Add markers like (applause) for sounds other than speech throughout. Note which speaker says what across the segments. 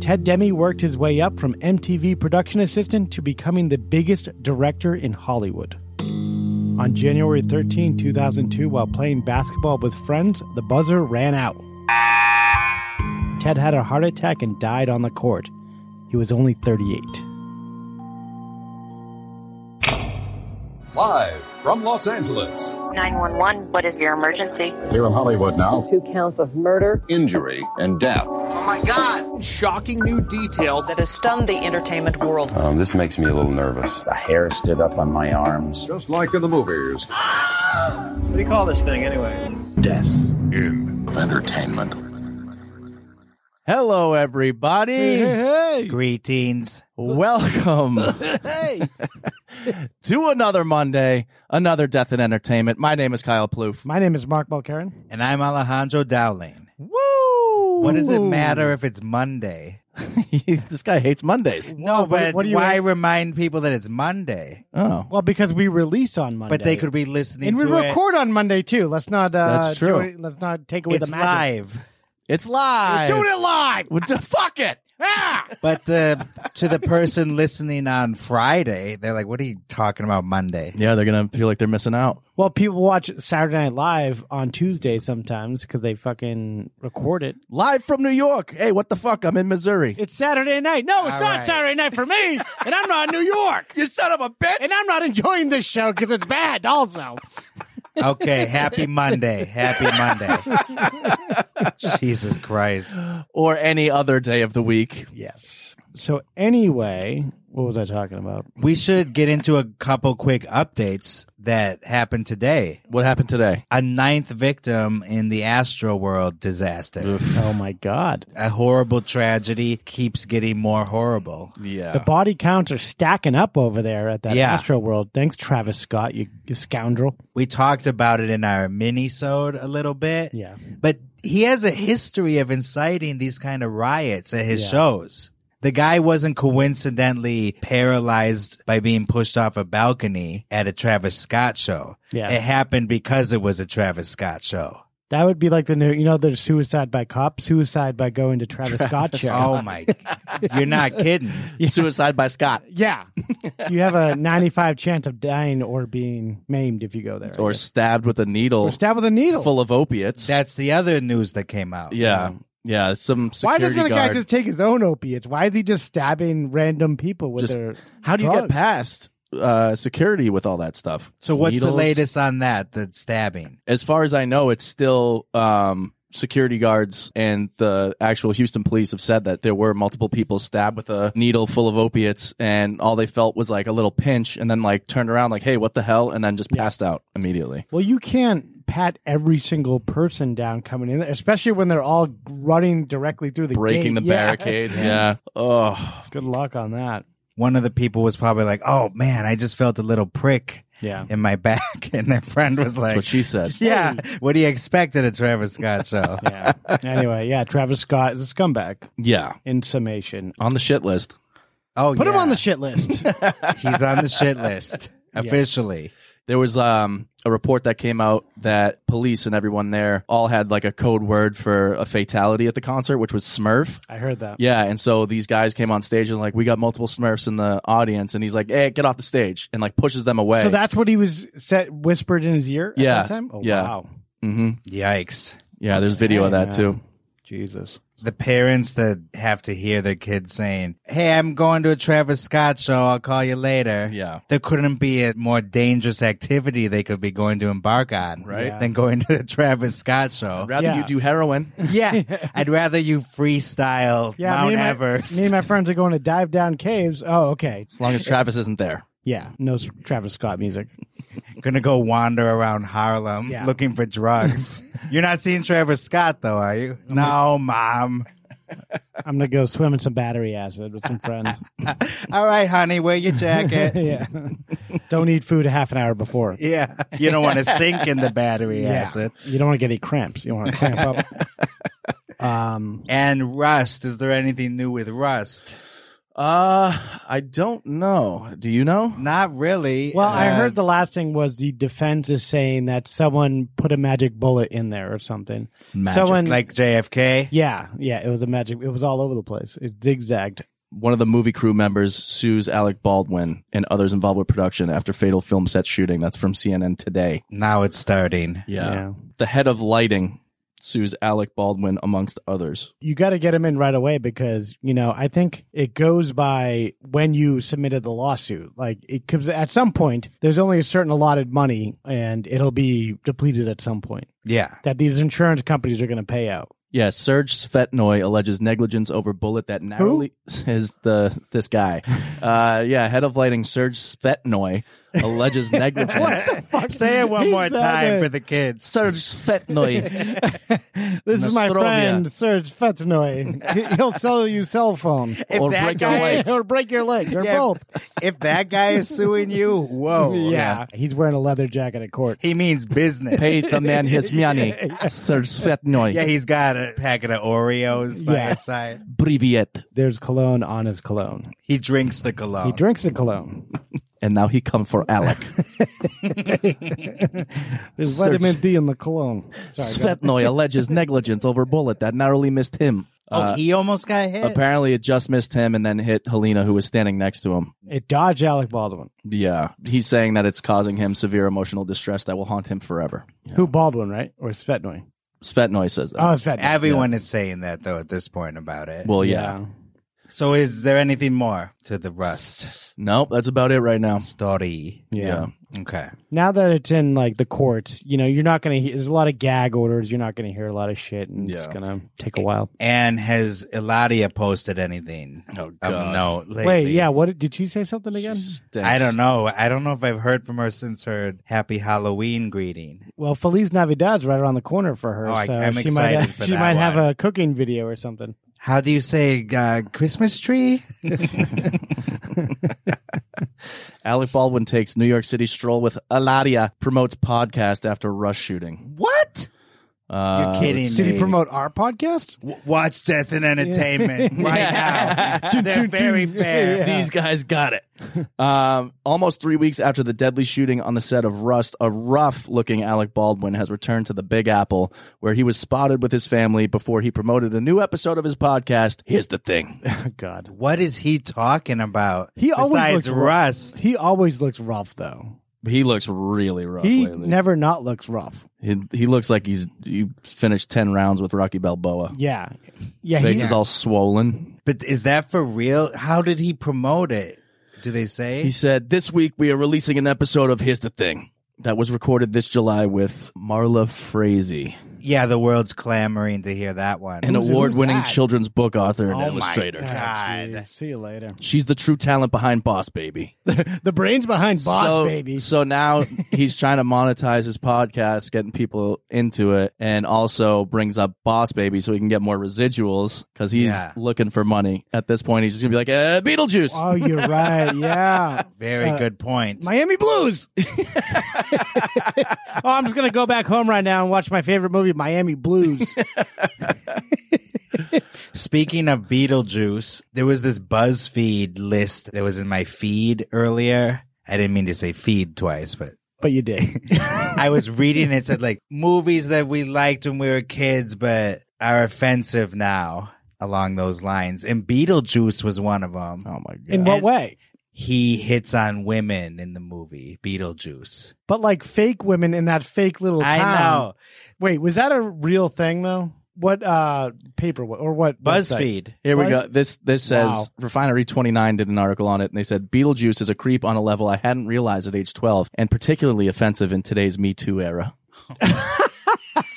Speaker 1: Ted Demi worked his way up from MTV production assistant to becoming the biggest director in Hollywood. On January 13, 2002, while playing basketball with friends, the buzzer ran out. Ted had a heart attack and died on the court. He was only 38.
Speaker 2: Live from Los Angeles.
Speaker 3: 911, what is your emergency?
Speaker 2: Here in Hollywood now.
Speaker 4: two counts of murder.
Speaker 2: Injury and death.
Speaker 5: Shocking new details.
Speaker 6: that has stunned the entertainment world.
Speaker 7: Um, this makes me a little nervous.
Speaker 8: The hair stood up on my arms.
Speaker 2: Just like in the movies.
Speaker 9: (gasps) What do you call this thing anyway?
Speaker 8: Death.
Speaker 10: in entertainment.
Speaker 11: Hello, everybody.
Speaker 1: hey,
Speaker 11: Greetings.
Speaker 12: (laughs)
Speaker 11: Welcome (laughs) to another Monday, another Death in Entertainment. My name is Kyle Plouffe.
Speaker 1: My name is Mark Balcarin.
Speaker 12: And I'm
Speaker 11: (laughs)
Speaker 12: Alejandro Dowling.
Speaker 11: Woo!
Speaker 12: What does it matter if it's
Speaker 1: (laughs)
Speaker 12: Monday?
Speaker 11: this guy hates Mondays.
Speaker 12: No, but
Speaker 1: what do you-
Speaker 12: why remind people that it's Monday?
Speaker 11: Oh,
Speaker 1: Well, because we release on Monday.
Speaker 12: But they could be listening
Speaker 1: And we
Speaker 12: to it.
Speaker 1: record on Monday too. Let's not. Uh,
Speaker 11: That's true.
Speaker 1: do it- let's not take away
Speaker 12: it's
Speaker 1: the magic.
Speaker 12: live.
Speaker 11: it's live.
Speaker 1: We're doing it live.
Speaker 11: We're do- fuck it. Ah!
Speaker 12: (laughs) But the, to the person listening on Friday, they're like, what are you talking about Monday?
Speaker 11: Yeah, they're gonna feel like they're missing out.
Speaker 1: Well, people watch Saturday Night Live on Tuesday sometimes because they fucking record it.
Speaker 11: Live from New York. Hey, what the fuck? I'm in Missouri.
Speaker 1: It's Saturday night. No, it's
Speaker 12: All
Speaker 1: not
Speaker 12: right.
Speaker 1: Saturday night for
Speaker 11: (laughs)
Speaker 1: me. And I'm not in New York.
Speaker 11: You son of a bitch.
Speaker 1: And I'm not enjoying this show because it's bad.
Speaker 11: (laughs)
Speaker 1: Also,
Speaker 12: Okay, happy Monday. Happy Monday. Jesus Christ.
Speaker 11: or any other day of the week.
Speaker 1: yes. So anyway, what was I talking about?
Speaker 12: We should get into a couple quick updates that happened today.
Speaker 11: What happened today?
Speaker 12: A ninth victim in the Astro World disaster.
Speaker 1: Oh my god,
Speaker 12: a horrible tragedy keeps getting more horrible.
Speaker 11: Yeah.
Speaker 1: the body counts are stacking up over there at that
Speaker 12: Yeah.
Speaker 1: Astro World. Thanks, Travis Scott. You, you scoundrel.
Speaker 12: We talked about it in our mini-sode a little bit.
Speaker 1: Yeah.
Speaker 12: But he has a history of inciting these kind of riots at his
Speaker 1: Yeah.
Speaker 12: shows. The guy wasn't coincidentally paralyzed by being pushed off a balcony at a Travis Scott show.
Speaker 1: Yeah.
Speaker 12: It happened because it was a Travis Scott show.
Speaker 1: That would be like the new, you know, the suicide by cop, suicide by going
Speaker 12: (laughs)
Speaker 1: to Travis, Scott show.
Speaker 12: Oh
Speaker 1: (laughs)
Speaker 11: (laughs)
Speaker 12: my You're not kidding.
Speaker 11: Suicide by Scott. (laughs)
Speaker 1: Yeah. you have a 95 chance of dying or being maimed if you go there.
Speaker 11: Or stabbed with a needle
Speaker 1: or stabbed with a needle.
Speaker 11: full of opiates.
Speaker 12: That's the other news that came out. Um,
Speaker 11: yeah. Yeah. Some
Speaker 1: Why
Speaker 11: security
Speaker 1: doesn't a guy
Speaker 11: guard.
Speaker 1: just take his own opiates? Why is he just stabbing random people with
Speaker 11: Just-
Speaker 1: their.
Speaker 11: How do you get
Speaker 1: drugs?
Speaker 11: past uh, security with all that stuff?
Speaker 12: So what's
Speaker 11: Needles?
Speaker 12: the latest on that, the stabbing?
Speaker 11: As far as I know, it's still um, security guards and the actual Houston police have said that there were multiple people stabbed with a needle full of opiates, and all they felt was like a little pinch, and then like turned around like, "Hey, what the hell?" and then just passed out immediately.
Speaker 1: Well, you can't pat every single person down coming in there, especially when they're all running directly through the
Speaker 11: Breaking
Speaker 1: gate. (laughs)
Speaker 11: the
Speaker 1: Yeah.
Speaker 11: barricades, yeah. Oh,
Speaker 1: Good luck on that.
Speaker 12: one of the people was probably like, "Oh man, I just felt a little prick
Speaker 1: Yeah.
Speaker 12: in my (laughs) back," and their friend was
Speaker 11: that's
Speaker 12: like,
Speaker 11: what she said.
Speaker 12: "Yeah, what do you expect at a Travis Scott show?"
Speaker 1: (laughs) Yeah. anyway, yeah, Travis Scott is a scumbag
Speaker 11: Yeah,
Speaker 1: in summation.
Speaker 11: on the shit list.
Speaker 12: Oh,
Speaker 1: Put him
Speaker 12: yeah.
Speaker 1: on the shit list.
Speaker 12: He's on
Speaker 1: (laughs)
Speaker 12: the (laughs) shit
Speaker 11: (laughs)
Speaker 12: list officially.
Speaker 11: There was um, a report that came out that police and everyone there all had like a code word for a fatality at the concert, which was Smurf.
Speaker 1: I heard that.
Speaker 11: Yeah, and so these guys came on stage and like we got multiple Smurfs in the audience, and he's like, "Hey, get off the stage!" and like pushes them away.
Speaker 1: So that's what he was set whispered in his ear at
Speaker 11: Yeah.
Speaker 1: that time? Oh
Speaker 11: Yeah.
Speaker 1: wow.
Speaker 11: hmm
Speaker 12: Yikes!
Speaker 11: Yeah, there's video of that
Speaker 1: Yeah.
Speaker 11: too.
Speaker 1: Jesus.
Speaker 12: The parents that have to hear their kids saying, "Hey, I'm going to a Travis Scott show. I'll call you later."
Speaker 11: Yeah.
Speaker 12: There couldn't be a more dangerous activity they could be going to embark on,
Speaker 11: Right.
Speaker 12: Than going to the Travis Scott show.
Speaker 11: Rather
Speaker 1: Yeah.
Speaker 11: you do heroin.
Speaker 12: (laughs) Yeah, I'd rather you freestyle
Speaker 1: (laughs) Yeah,
Speaker 12: Mount
Speaker 1: me and my-
Speaker 12: Everest.
Speaker 1: Me and my friends are going to dive down caves. Oh, okay.
Speaker 11: As long as Travis isn't there.
Speaker 1: Yeah. No s- Travis Scott music.
Speaker 12: (laughs) gonna go wander around Harlem
Speaker 1: Yeah.
Speaker 12: looking for
Speaker 1: (laughs)
Speaker 12: drugs. You're not seeing Trevor Scott though, are you? No, mom.
Speaker 1: I'm gonna go swim in some battery acid with some
Speaker 12: (laughs)
Speaker 1: friends.
Speaker 12: All right, honey, wear your
Speaker 11: (laughs)
Speaker 12: jacket.
Speaker 1: yeah. Don't eat food a half an hour before.
Speaker 12: yeah, you don't want to sink in the battery
Speaker 1: Yeah.
Speaker 12: acid.
Speaker 1: You don't want to get any cramps. You want to cramp up. um
Speaker 12: (laughs) And rust. Is there anything new with rust?
Speaker 11: Uh, I don't know. Do you know?
Speaker 12: Not really.
Speaker 1: Well, I
Speaker 12: Uh,
Speaker 1: heard the last thing was the defense is saying that someone put a magic bullet in there or something.
Speaker 12: magic,
Speaker 1: someone-
Speaker 12: like JFK.
Speaker 1: Yeah, yeah, it was a magic. It was all over the place. It zigzagged.
Speaker 11: One of the movie crew members sues Alec Baldwin and others involved with production after fatal film set shooting. That's from CNN Today.
Speaker 12: Now it's starting.
Speaker 1: Yeah.
Speaker 11: The head of lighting sues Alec Baldwin amongst others.
Speaker 1: You got to get him in right away because you know I think it goes by when you submitted the lawsuit. Like it comes at some point. There's only a certain allotted money, and it'll be depleted at some point.
Speaker 12: Yeah.
Speaker 1: That these insurance companies are going to pay out.
Speaker 11: Yeah, Serge Svetnoy alleges negligence over bullet that narrowly (laughs) is the this guy. Uh, yeah, head of lighting Serge Svetnoy
Speaker 12: (laughs)
Speaker 11: alleges negligence.
Speaker 12: Say it one
Speaker 1: He
Speaker 12: more
Speaker 1: said
Speaker 12: time
Speaker 1: it.
Speaker 12: for the kids. (laughs)
Speaker 11: Serge Svetnoy.
Speaker 1: (laughs) This is my
Speaker 11: Nostrovia.
Speaker 1: friend Serge Fetinoy. He'll sell you cell phone
Speaker 11: (laughs) Or
Speaker 12: that
Speaker 11: break your
Speaker 12: guy-
Speaker 11: legs.
Speaker 1: or break your legs or
Speaker 12: Yeah.
Speaker 1: both.
Speaker 12: If that guy is suing you, whoa.
Speaker 1: (laughs) Yeah, he's wearing a leather jacket at court.
Speaker 12: He means business.
Speaker 11: Pay the
Speaker 12: (laughs)
Speaker 11: man his money. Serge Svetnoy.
Speaker 12: Yeah, he's got a packet of Oreos by
Speaker 1: Yeah.
Speaker 12: his side.
Speaker 11: Breviet.
Speaker 1: There's cologne on his cologne.
Speaker 12: He drinks the cologne.
Speaker 1: He drinks the cologne.
Speaker 11: And now he come for
Speaker 12: (laughs)
Speaker 11: Alec.
Speaker 1: There's
Speaker 11: Search.
Speaker 1: vitamin D in the cologne. Sorry, go-
Speaker 11: Svetnoy alleges negligence over bullet that narrowly missed him. Uh,
Speaker 12: oh, he almost got hit.
Speaker 11: Apparently, it just missed him and then hit Helena, who was standing next to him.
Speaker 1: it dodged Alec Baldwin.
Speaker 11: Yeah, he's saying that it's causing him severe emotional distress that will haunt him forever.
Speaker 1: Who Baldwin, right? Or Svetnoy?
Speaker 11: Svetnoy says that.
Speaker 1: Oh, Svetnoy.
Speaker 12: Everyone is saying that though at this point about it.
Speaker 11: well, yeah.
Speaker 12: so is there anything more to the rust
Speaker 11: Nope, that's about it right now.
Speaker 12: story?
Speaker 1: yeah,
Speaker 11: Yeah.
Speaker 12: Okay.
Speaker 1: Now that it's in like the courts, you know, you're not gonna. Hear, there's a lot of gag orders. You're not gonna hear a lot of shit, and it's
Speaker 11: Yeah.
Speaker 1: gonna take a while.
Speaker 12: And has Eladia posted anything?
Speaker 11: Oh,
Speaker 12: of
Speaker 11: God.
Speaker 12: note um, lately?
Speaker 1: Wait, yeah. What did- did you say something again?
Speaker 12: I don't know. I don't know if I've heard from her since her Happy Halloween greeting.
Speaker 1: Well, Feliz Navidad's right around the corner for her.
Speaker 12: Oh, I-
Speaker 1: so
Speaker 12: I'm
Speaker 1: she
Speaker 12: excited
Speaker 1: might have,
Speaker 12: for
Speaker 1: she
Speaker 12: that
Speaker 1: might have
Speaker 12: one.
Speaker 1: a cooking video or something.
Speaker 12: How do you say uh, Christmas
Speaker 11: (laughs)
Speaker 12: tree?
Speaker 11: Alec Baldwin takes New York City stroll with Aladia, promotes podcast after rush shooting.
Speaker 12: What?
Speaker 11: Uh,
Speaker 12: You're kidding
Speaker 1: Did he
Speaker 12: me.
Speaker 1: promote our podcast?
Speaker 12: W- Watch Death and Entertainment
Speaker 1: (laughs)
Speaker 12: right now. Uh, They're very fair.
Speaker 1: Yeah.
Speaker 11: These guys got it. (laughs) um, almost three weeks after the deadly shooting on the set of Rust, a rough looking Alec Baldwin has returned to the Big Apple, where he was spotted with his family before he promoted a new episode of his podcast. Here's the thing
Speaker 1: Oh, God,
Speaker 12: What is he talking about?
Speaker 1: he always
Speaker 12: besides
Speaker 1: looks rough.
Speaker 12: rust.
Speaker 1: He always looks rough though.
Speaker 11: he looks really rough
Speaker 1: he
Speaker 11: lately.
Speaker 1: never not looks rough.
Speaker 11: he, he looks like he's he finished 10 rounds with Rocky Balboa.
Speaker 1: Yeah, yeah.
Speaker 11: Face
Speaker 1: He,
Speaker 11: is all swollen.
Speaker 12: But is that for real? How did he promote it? Do they say?
Speaker 11: He said, This week we are releasing an episode of Here's the Thing that was recorded this July with Marla Frazee.
Speaker 12: yeah, the world's clamoring to hear that one.
Speaker 11: an
Speaker 1: Who's- who's
Speaker 11: award-winning
Speaker 1: that?
Speaker 11: children's book author and
Speaker 12: Oh my
Speaker 11: illustrator.
Speaker 12: God.
Speaker 1: Ah, geez. See you later.
Speaker 11: She's the true talent behind Boss Baby.
Speaker 1: The brains behind Boss
Speaker 11: so,
Speaker 1: Baby. (laughs)
Speaker 11: So now he's trying to monetize his podcast, getting people into it, and also brings up Boss Baby so he can get more residuals because he's
Speaker 12: Yeah.
Speaker 11: looking for money. At this point, he's just gonna be like, eh, Beetlejuice.
Speaker 1: Oh, you're
Speaker 11: (laughs)
Speaker 1: right. Yeah,
Speaker 12: (laughs) Very
Speaker 1: Uh,
Speaker 12: good point.
Speaker 1: Miami Blues. (laughs) oh, I'm just gonna go back home right now and watch my favorite movie, Miami Blues.
Speaker 12: Speaking of Beetlejuice, there was this BuzzFeed list that was in my feed earlier. I didn't mean to say feed twice, but
Speaker 1: (laughs) but you did.
Speaker 12: I was reading it said like movies that we liked when we were kids but are offensive now along those lines. And Beetlejuice was one of them.
Speaker 11: Oh my god!
Speaker 1: In what way?
Speaker 12: He hits on women in the movie Beetlejuice.
Speaker 1: But like fake women in that fake little town.
Speaker 12: I know.
Speaker 1: Wait, was that a real thing though? What uh paper or what? website?
Speaker 12: BuzzFeed.
Speaker 11: Here we
Speaker 1: What? (laughs)
Speaker 11: go. This this says
Speaker 1: Wow.
Speaker 11: Refinery29 did an article on it, and they said Beetlejuice is a creep on a level I hadn't realized at age 12, and particularly offensive in today's Me Too era.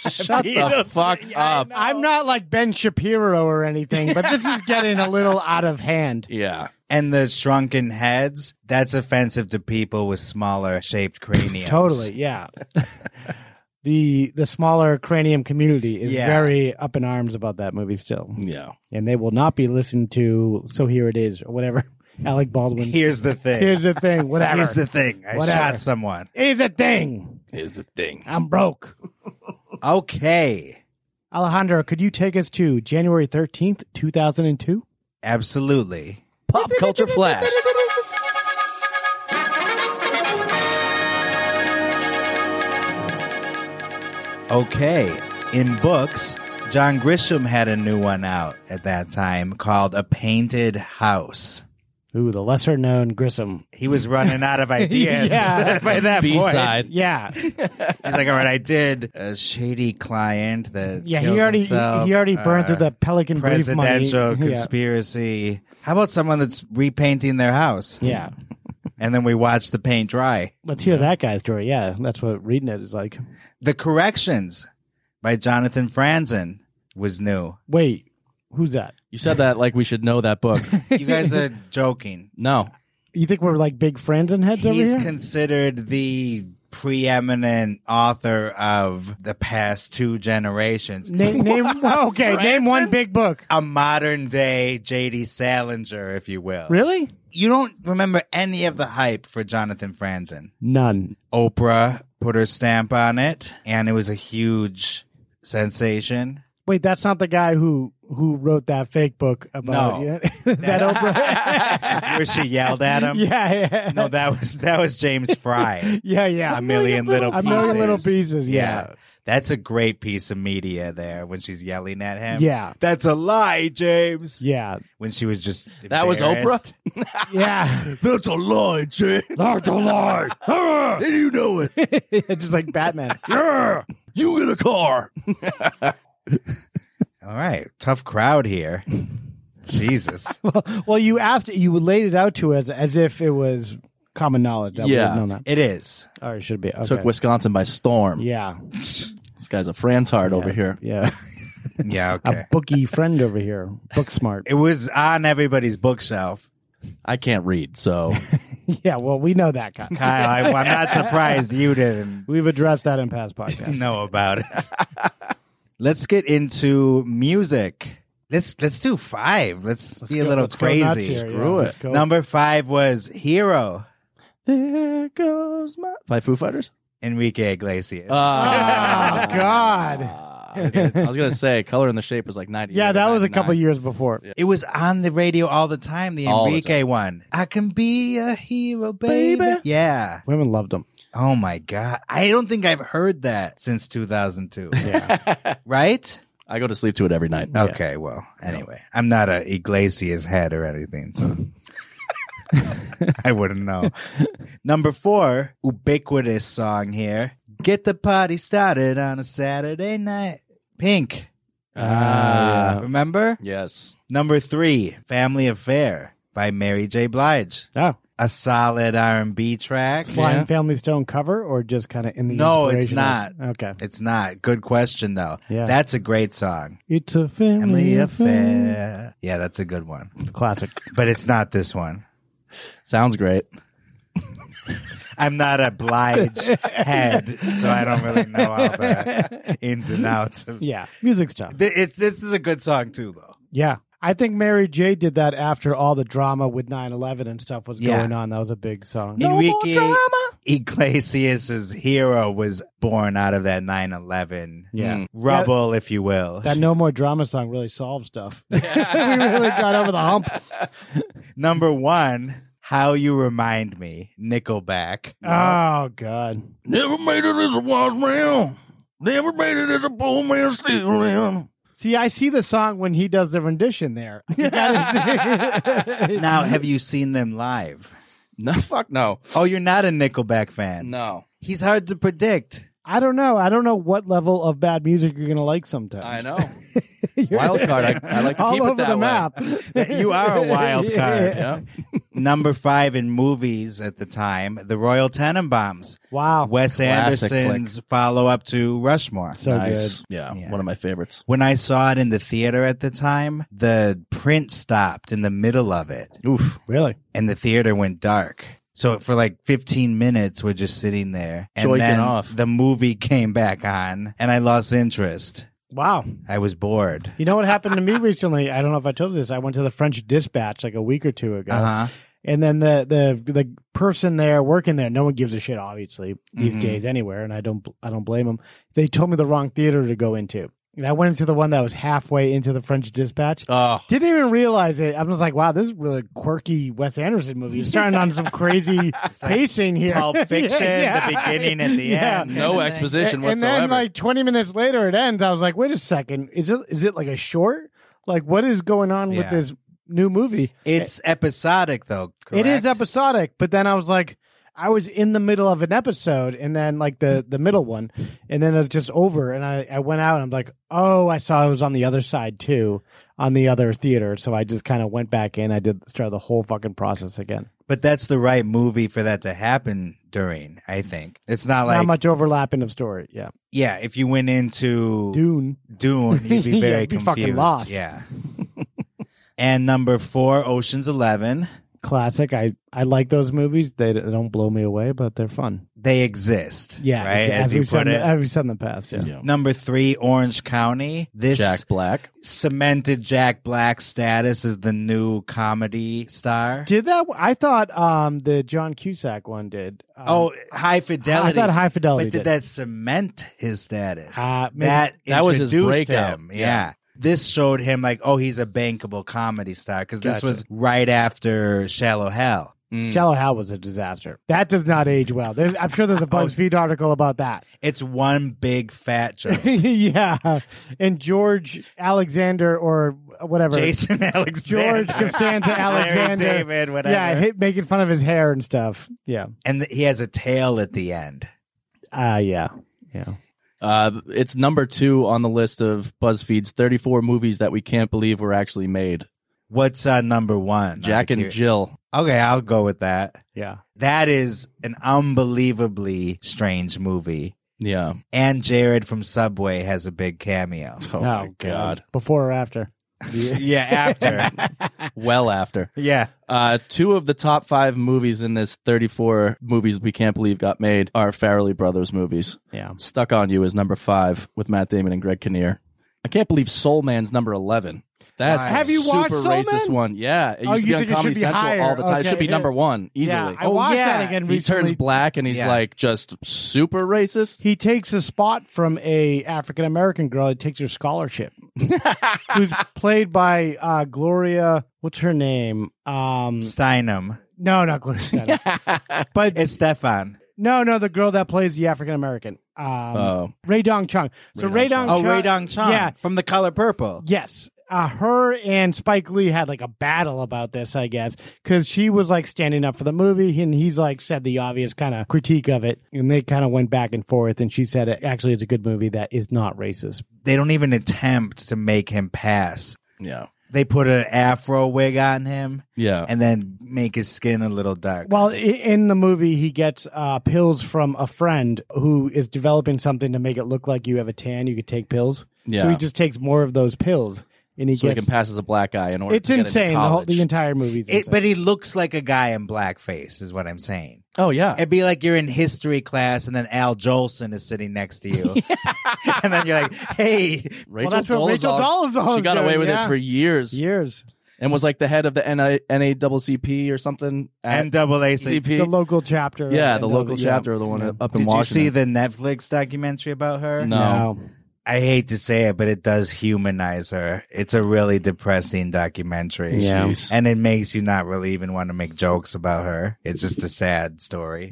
Speaker 11: Shut the
Speaker 1: (laughs)
Speaker 11: fuck up.
Speaker 1: I'm not like Ben Shapiro or anything, but this (laughs) is getting a little out of hand.
Speaker 11: (laughs) Yeah.
Speaker 12: And the shrunken heads, that's offensive to people with smaller
Speaker 1: (laughs)
Speaker 12: shaped craniums.
Speaker 1: Totally, yeah. the the smaller cranium community is
Speaker 12: Yeah.
Speaker 1: very up in arms about that movie still,
Speaker 11: Yeah.
Speaker 1: and they will not be listened to. So here it is, or whatever. (laughs) Alec Baldwin.
Speaker 12: Here's the thing.
Speaker 1: Here's
Speaker 12: (laughs)
Speaker 1: the thing. Whatever.
Speaker 12: Here's the thing. I
Speaker 1: Whatever.
Speaker 12: shot someone.
Speaker 1: Here's the thing.
Speaker 11: Here's the thing.
Speaker 1: I'm broke.
Speaker 12: (laughs) Okay.
Speaker 1: Alejandro, could you take us to January 13th, 2002?
Speaker 12: Absolutely.
Speaker 11: Pop Culture Flash.
Speaker 12: Okay, in books, John Grisham had a new one out at that time called A Painted House.
Speaker 1: Ooh, the lesser known Grissom.
Speaker 12: He was running out
Speaker 1: (laughs)
Speaker 12: of ideas
Speaker 1: Yeah.
Speaker 12: (laughs) by that
Speaker 11: B-side.
Speaker 12: point.
Speaker 1: Yeah,
Speaker 12: He's like, all right, I did a shady client that
Speaker 1: (laughs) yeah.
Speaker 12: kills
Speaker 1: He already
Speaker 12: himself,
Speaker 1: he already burned
Speaker 12: uh,
Speaker 1: through the Pelican Brief money.
Speaker 12: presidential
Speaker 1: (laughs) Yeah.
Speaker 12: conspiracy. How about someone that's repainting their house?
Speaker 1: yeah.
Speaker 12: (laughs) And then we watch the paint dry.
Speaker 1: Let's hear that guy's story. Yeah, that's what reading it is like.
Speaker 12: The Corrections by Jonathan Franzen was new.
Speaker 1: Wait, who's that?
Speaker 11: You said that like we should know
Speaker 1: (laughs)
Speaker 11: that book.
Speaker 12: (laughs) You guys are joking.
Speaker 11: No.
Speaker 1: You think we're like big friends and heads over
Speaker 12: He's
Speaker 1: here?
Speaker 12: considered the preeminent author of the past two generations. (laughs)
Speaker 1: name, (laughs) name okay. Name one big book.
Speaker 12: a modern day J.D. Salinger, if you will.
Speaker 1: Really?
Speaker 12: You don't remember any of the hype for Jonathan Franzen.
Speaker 1: None.
Speaker 12: Oprah put her stamp on it, and it was a huge
Speaker 1: (laughs)
Speaker 12: sensation.
Speaker 1: Wait, that's not the guy who who wrote that fake book about
Speaker 12: No.
Speaker 1: yeah, that Oprah.
Speaker 12: Where she yelled at him.
Speaker 1: yeah, yeah.
Speaker 12: No, that was that was James Fry.
Speaker 1: (laughs) yeah, (laughs) yeah.
Speaker 12: A million little
Speaker 1: a
Speaker 12: pieces.
Speaker 1: million little pieces. Yeah,
Speaker 12: That's a great piece of media there when she's yelling at him.
Speaker 1: Yeah.
Speaker 12: That's a lie, James.
Speaker 1: yeah,
Speaker 12: When she was just
Speaker 11: That was Oprah?
Speaker 12: embarrassed.
Speaker 1: (laughs)
Speaker 11: (laughs)
Speaker 1: yeah.
Speaker 11: That's a lie, Jay. That's a lie. you know
Speaker 1: (laughs)
Speaker 11: it.
Speaker 1: Just like
Speaker 11: (laughs)
Speaker 1: Batman.
Speaker 11: You in a car.
Speaker 12: All right. Tough crowd
Speaker 1: (laughs)
Speaker 12: here. Jesus.
Speaker 1: well, you asked, you laid it out to us as if it was common knowledge. That
Speaker 11: Yeah.
Speaker 1: we had known that.
Speaker 12: It is.
Speaker 1: Or Oh, it should be. Okay.
Speaker 11: Took Wisconsin by storm.
Speaker 1: Yeah,
Speaker 11: This guy's a Franzard over here.
Speaker 1: yeah.
Speaker 12: (laughs) Yeah,
Speaker 1: (laughs) A
Speaker 12: okay.
Speaker 1: bookie friend over here, book smart.
Speaker 12: It was on everybody's bookshelf.
Speaker 11: I can't read,
Speaker 1: (laughs)
Speaker 11: so
Speaker 1: (laughs) Yeah, well, we know that guy.
Speaker 12: Kyle, I, I'm not surprised you didn't
Speaker 1: (laughs) We've addressed that in
Speaker 12: (laughs)
Speaker 1: past podcasts.
Speaker 12: know about it. (laughs) Let's get into music. Let's let's do five. us be a
Speaker 1: go-
Speaker 12: little
Speaker 1: let's go nuts
Speaker 12: crazy.
Speaker 1: here, yeah.
Speaker 11: Screw it.
Speaker 1: Let's go.
Speaker 12: Number five was Hero,
Speaker 11: there goes my by Foo Fighters. Ah.
Speaker 12: Enrique Iglesias. (laughs)
Speaker 1: Oh (laughs) God!
Speaker 11: I was gonna say, color and the shape was like ninety.
Speaker 1: Yeah, that was a couple years before.
Speaker 12: it was on the radio all the time, the
Speaker 11: All the
Speaker 12: Enrique one. I can be a hero, baby.
Speaker 11: Baby.
Speaker 12: Yeah.
Speaker 1: Women loved him.
Speaker 12: Oh my God. I don't think I've heard that since 2002. (laughs) right?
Speaker 11: I go to sleep to it every night.
Speaker 12: Okay, well, anyway, I'm not a Iglesias head or anything, so (laughs) I wouldn't know. Number four, ubiquitous song here. Get the party started on a Saturday night. Pink.
Speaker 11: Ah,
Speaker 1: yeah.
Speaker 12: Remember?
Speaker 11: yes.
Speaker 12: Number three, Family Affair by Mary J. Blige.
Speaker 1: Oh,
Speaker 12: A solid R&B track.
Speaker 1: Flying Family Stone cover or just kind of in the
Speaker 12: No, it's
Speaker 1: inspiration of- Okay,
Speaker 12: It's not. Good question, though.
Speaker 1: Yeah.
Speaker 12: That's a great song.
Speaker 1: it's a family,
Speaker 12: Family
Speaker 1: (laughs) affair.
Speaker 12: Affair. Yeah, that's a good one.
Speaker 1: Classic.
Speaker 12: But it's not this one.
Speaker 11: Sounds great.
Speaker 12: I'm not a Blige head, so I don't really know all
Speaker 1: (laughs)
Speaker 12: the ins and outs. Of...
Speaker 1: Yeah, music stuff.
Speaker 12: Th- It's this is a good song too, though.
Speaker 1: Yeah. I think Mary J did that after all the drama with 9/11 and stuff was
Speaker 12: Yeah.
Speaker 1: going on. That was a big song.
Speaker 12: Enrique Iglesias's hero was born out of that 9/11
Speaker 1: Yeah.
Speaker 11: Hmm.
Speaker 12: rubble, if you will.
Speaker 1: That No More Drama song really solved stuff. (laughs) we really got over the hump.
Speaker 12: Number one, "How You Remind Me," Nickelback.
Speaker 1: Oh
Speaker 11: (laughs)
Speaker 1: god.
Speaker 11: Never made it as a wise man. Never made it as a poor man stealing.
Speaker 1: See, I see the song when he does the rendition there. You gotta see-
Speaker 12: Now, have you seen them live?
Speaker 11: No, fuck no,
Speaker 12: Oh, you're not a Nickelback fan.
Speaker 11: no.
Speaker 12: He's hard to predict.
Speaker 1: I don't know. I don't know what level of bad music you're gonna like sometimes.
Speaker 11: I know.
Speaker 1: You're-
Speaker 11: Wild card. I, I like
Speaker 1: (laughs)
Speaker 11: to
Speaker 1: all
Speaker 11: keep
Speaker 1: over
Speaker 11: it that
Speaker 1: the
Speaker 11: way. (laughs)
Speaker 1: map.
Speaker 12: You are a (laughs) wild card.
Speaker 11: Yeah.
Speaker 12: number five in movies at the time, The Royal Tenenbaums,
Speaker 1: Wow.
Speaker 12: Wes
Speaker 11: Classic
Speaker 12: Anderson's follow up to Rushmore.
Speaker 1: (laughs) so
Speaker 11: nice.
Speaker 1: good.
Speaker 11: Yeah,
Speaker 12: Yeah.
Speaker 11: One of my favorites.
Speaker 12: When I saw it in the theater at the time, the print stopped in the middle of it
Speaker 11: Oof.
Speaker 1: Really?
Speaker 12: and the theater went dark. So for like 15 minutes, we're just sitting there. And
Speaker 11: Joyking
Speaker 12: then
Speaker 11: off.
Speaker 12: the movie (laughs) came back on and I lost interest.
Speaker 1: Wow.
Speaker 12: I was bored.
Speaker 1: You know what happened
Speaker 12: (laughs)
Speaker 1: to me recently? I don't know if I told you this. I went to the French Dispatch like a week or two ago.
Speaker 12: Uh huh.
Speaker 1: And then the the the person there working there, no one gives a shit obviously these
Speaker 12: Mhm.
Speaker 1: days anywhere, and I don't I don't blame them. They told me the wrong theater to go into. And I went into the one that was halfway into the French Dispatch.
Speaker 11: Oh,
Speaker 1: Didn't even realize it. I was like, wow, this is really quirky Wes Anderson movie. He's starting on
Speaker 12: (laughs)
Speaker 1: some crazy pacing here.
Speaker 12: Pulp
Speaker 1: (laughs) Yeah,
Speaker 12: Fiction,
Speaker 1: yeah.
Speaker 12: the beginning and the
Speaker 1: Yeah.
Speaker 12: end.
Speaker 11: no
Speaker 12: And then-
Speaker 11: exposition
Speaker 1: and
Speaker 11: whatsoever.
Speaker 1: then like 20 minutes later it ends i was like wait a second is it is it like a short like what is going on with
Speaker 12: Yeah.
Speaker 1: this new movie
Speaker 12: It's episodic, though. Correct?
Speaker 1: it is episodic but then i was like i was in the middle of an episode and then like the the middle one and then it's just over and i i went out and i'm like oh i saw it was on the other side too on the other theater so i just kind of went back in i did start the whole fucking process again
Speaker 12: But that's the right movie for that to happen during, I think. It's not
Speaker 1: not
Speaker 12: like,
Speaker 1: much overlapping of story yeah
Speaker 12: yeah, if you went into
Speaker 1: dune
Speaker 12: Dune, you'd
Speaker 1: (laughs) Yeah,
Speaker 12: be very
Speaker 1: you'd be
Speaker 12: confused.
Speaker 1: fucking lost.
Speaker 12: Yeah. (laughs) and number four, Ocean's Eleven.
Speaker 1: classic i i like those movies they, they don't blow me away but they're fun
Speaker 12: They exist.
Speaker 1: Yeah,
Speaker 12: Right?
Speaker 1: exa-
Speaker 12: As you
Speaker 1: we've said
Speaker 12: put
Speaker 1: in
Speaker 12: it.
Speaker 1: the- as we've said in the past. Yeah,
Speaker 11: Yeah.
Speaker 12: Number three, Orange County. This
Speaker 11: Jack Black.
Speaker 12: cemented Jack Black status as the new comedy star.
Speaker 1: did that? I thought um the John Cusack one did. Um,
Speaker 12: oh, High
Speaker 1: I
Speaker 12: Fidelity.
Speaker 1: thought High
Speaker 12: but
Speaker 1: Fidelity
Speaker 12: did,
Speaker 1: did
Speaker 12: that cement his status?
Speaker 1: Uh, maybe-
Speaker 12: that
Speaker 11: Ah, That was his
Speaker 12: introduced
Speaker 11: breakout.
Speaker 12: Him.
Speaker 11: Yeah.
Speaker 12: Yeah. This showed him like, oh, he's a bankable comedy star because this
Speaker 11: Gotcha.
Speaker 12: was right after Shallow Hell.
Speaker 11: Mm.
Speaker 1: Shallow Hal was a disaster. That does not age well. There's, I'm sure
Speaker 12: (laughs)
Speaker 1: there's a BuzzFeed article about that.
Speaker 12: Oh. It's
Speaker 1: (laughs)
Speaker 12: one big fat joke.
Speaker 1: yeah, and George Alexander or whatever
Speaker 12: Jason (laughs) Alexander,
Speaker 1: George
Speaker 12: (laughs)
Speaker 1: Costanza
Speaker 12: Larry
Speaker 1: Alexander.
Speaker 12: David, whatever.
Speaker 1: Yeah, hit, making fun of his hair and stuff. Yeah,
Speaker 12: and th- he has a tail at the end.
Speaker 1: uh, yeah, yeah.
Speaker 11: Uh, it's number two on the list of BuzzFeed's 34 movies that we can't believe were actually made.
Speaker 12: What's uh, number one?
Speaker 11: Jack
Speaker 12: I'm
Speaker 11: and
Speaker 12: curious.
Speaker 11: Jill.
Speaker 12: Okay, I'll go with that.
Speaker 1: Yeah.
Speaker 12: That is an unbelievably strange movie.
Speaker 11: Yeah.
Speaker 12: And Jared from Subway has a big cameo.
Speaker 11: Oh, my God.
Speaker 1: Before or after?
Speaker 12: yeah,
Speaker 1: (laughs)
Speaker 12: after.
Speaker 11: Well after.
Speaker 12: yeah.
Speaker 11: Uh, two of the top five movies in this 34 movies we can't believe got made are Farrelly Brothers movies.
Speaker 1: Yeah.
Speaker 11: Stuck on You is number five with Matt Damon and Greg Kinnear. I can't believe Soul Man's number 11. That's
Speaker 12: Why?
Speaker 11: a
Speaker 1: Have you
Speaker 11: super
Speaker 1: watched Soul
Speaker 11: racist
Speaker 1: Man?
Speaker 11: one. Yeah. It used
Speaker 1: Oh,
Speaker 11: to
Speaker 1: you
Speaker 11: be on
Speaker 1: think it should
Speaker 11: Comedy
Speaker 1: be
Speaker 11: Central
Speaker 1: higher.
Speaker 11: all the time. it
Speaker 1: Okay,
Speaker 11: should be
Speaker 1: yeah.
Speaker 11: number one easily.
Speaker 1: Yeah, I
Speaker 12: Oh,
Speaker 1: watched
Speaker 12: yeah.
Speaker 1: that again
Speaker 11: he
Speaker 1: recently.
Speaker 11: turns black and he's
Speaker 12: Yeah.
Speaker 11: like just super racist.
Speaker 1: he takes a spot from a African American girl. He takes her scholarship, who's played by uh, Gloria. What's her name? Um,
Speaker 12: Steinem.
Speaker 1: no, not Gloria. Steinem. (laughs) but
Speaker 12: It's Stefan.
Speaker 1: no, no, the girl that plays the African American, um,
Speaker 11: Oh.
Speaker 1: Ray Dong Chung. So Ray Dong.
Speaker 12: Oh,
Speaker 1: Chung,
Speaker 12: Ray Dong Chong
Speaker 1: Yeah.
Speaker 12: from The Color Purple.
Speaker 1: Yes. Uh, her and Spike Lee had like a battle about this, I guess, because she was like standing up for the movie and he's like said the obvious kind of critique of it. And they kind of went back and forth. And she said, actually, it's a good movie that is not racist.
Speaker 12: They don't even attempt to make him pass.
Speaker 11: Yeah.
Speaker 12: They put an afro wig on him
Speaker 11: Yeah.
Speaker 12: and then make his skin a little dark.
Speaker 1: Well, i- in the movie, he gets uh, pills from a friend who is developing something to make it look like you have a tan. You could take pills. So
Speaker 11: Yeah.
Speaker 1: he just takes more of those pills. And he
Speaker 11: so
Speaker 1: gets.
Speaker 11: he can pass as a black guy in order
Speaker 1: it's
Speaker 11: to get into
Speaker 1: insane. The, whole,
Speaker 11: college.
Speaker 1: the entire movie is
Speaker 12: it, but he looks like a guy in blackface, is what I'm saying.
Speaker 11: oh, yeah.
Speaker 12: It'd be like you're in history class and then Al Jolson is sitting next to
Speaker 1: (laughs)
Speaker 12: you. (laughs) and then you're like, hey,
Speaker 11: Rachel
Speaker 1: that's what Rachel Dolezal
Speaker 11: She
Speaker 1: is
Speaker 11: got
Speaker 1: doing,
Speaker 11: away with
Speaker 1: yeah.
Speaker 11: it for years
Speaker 1: years.
Speaker 11: and was like the head of the NI- NAACP or something. at
Speaker 12: NAACP.
Speaker 11: CP.
Speaker 1: The local chapter.
Speaker 11: yeah,
Speaker 1: and
Speaker 11: the local
Speaker 1: yeah.
Speaker 11: chapter of the one up in
Speaker 12: Did you
Speaker 11: Washington.
Speaker 12: see the Netflix documentary about her?
Speaker 11: No.
Speaker 1: No.
Speaker 12: I hate to say it, but it does humanize her. It's a really depressing documentary.
Speaker 1: Yeah.
Speaker 11: Jeez.
Speaker 12: And it makes you not really even want to make jokes about her. It's just a sad story.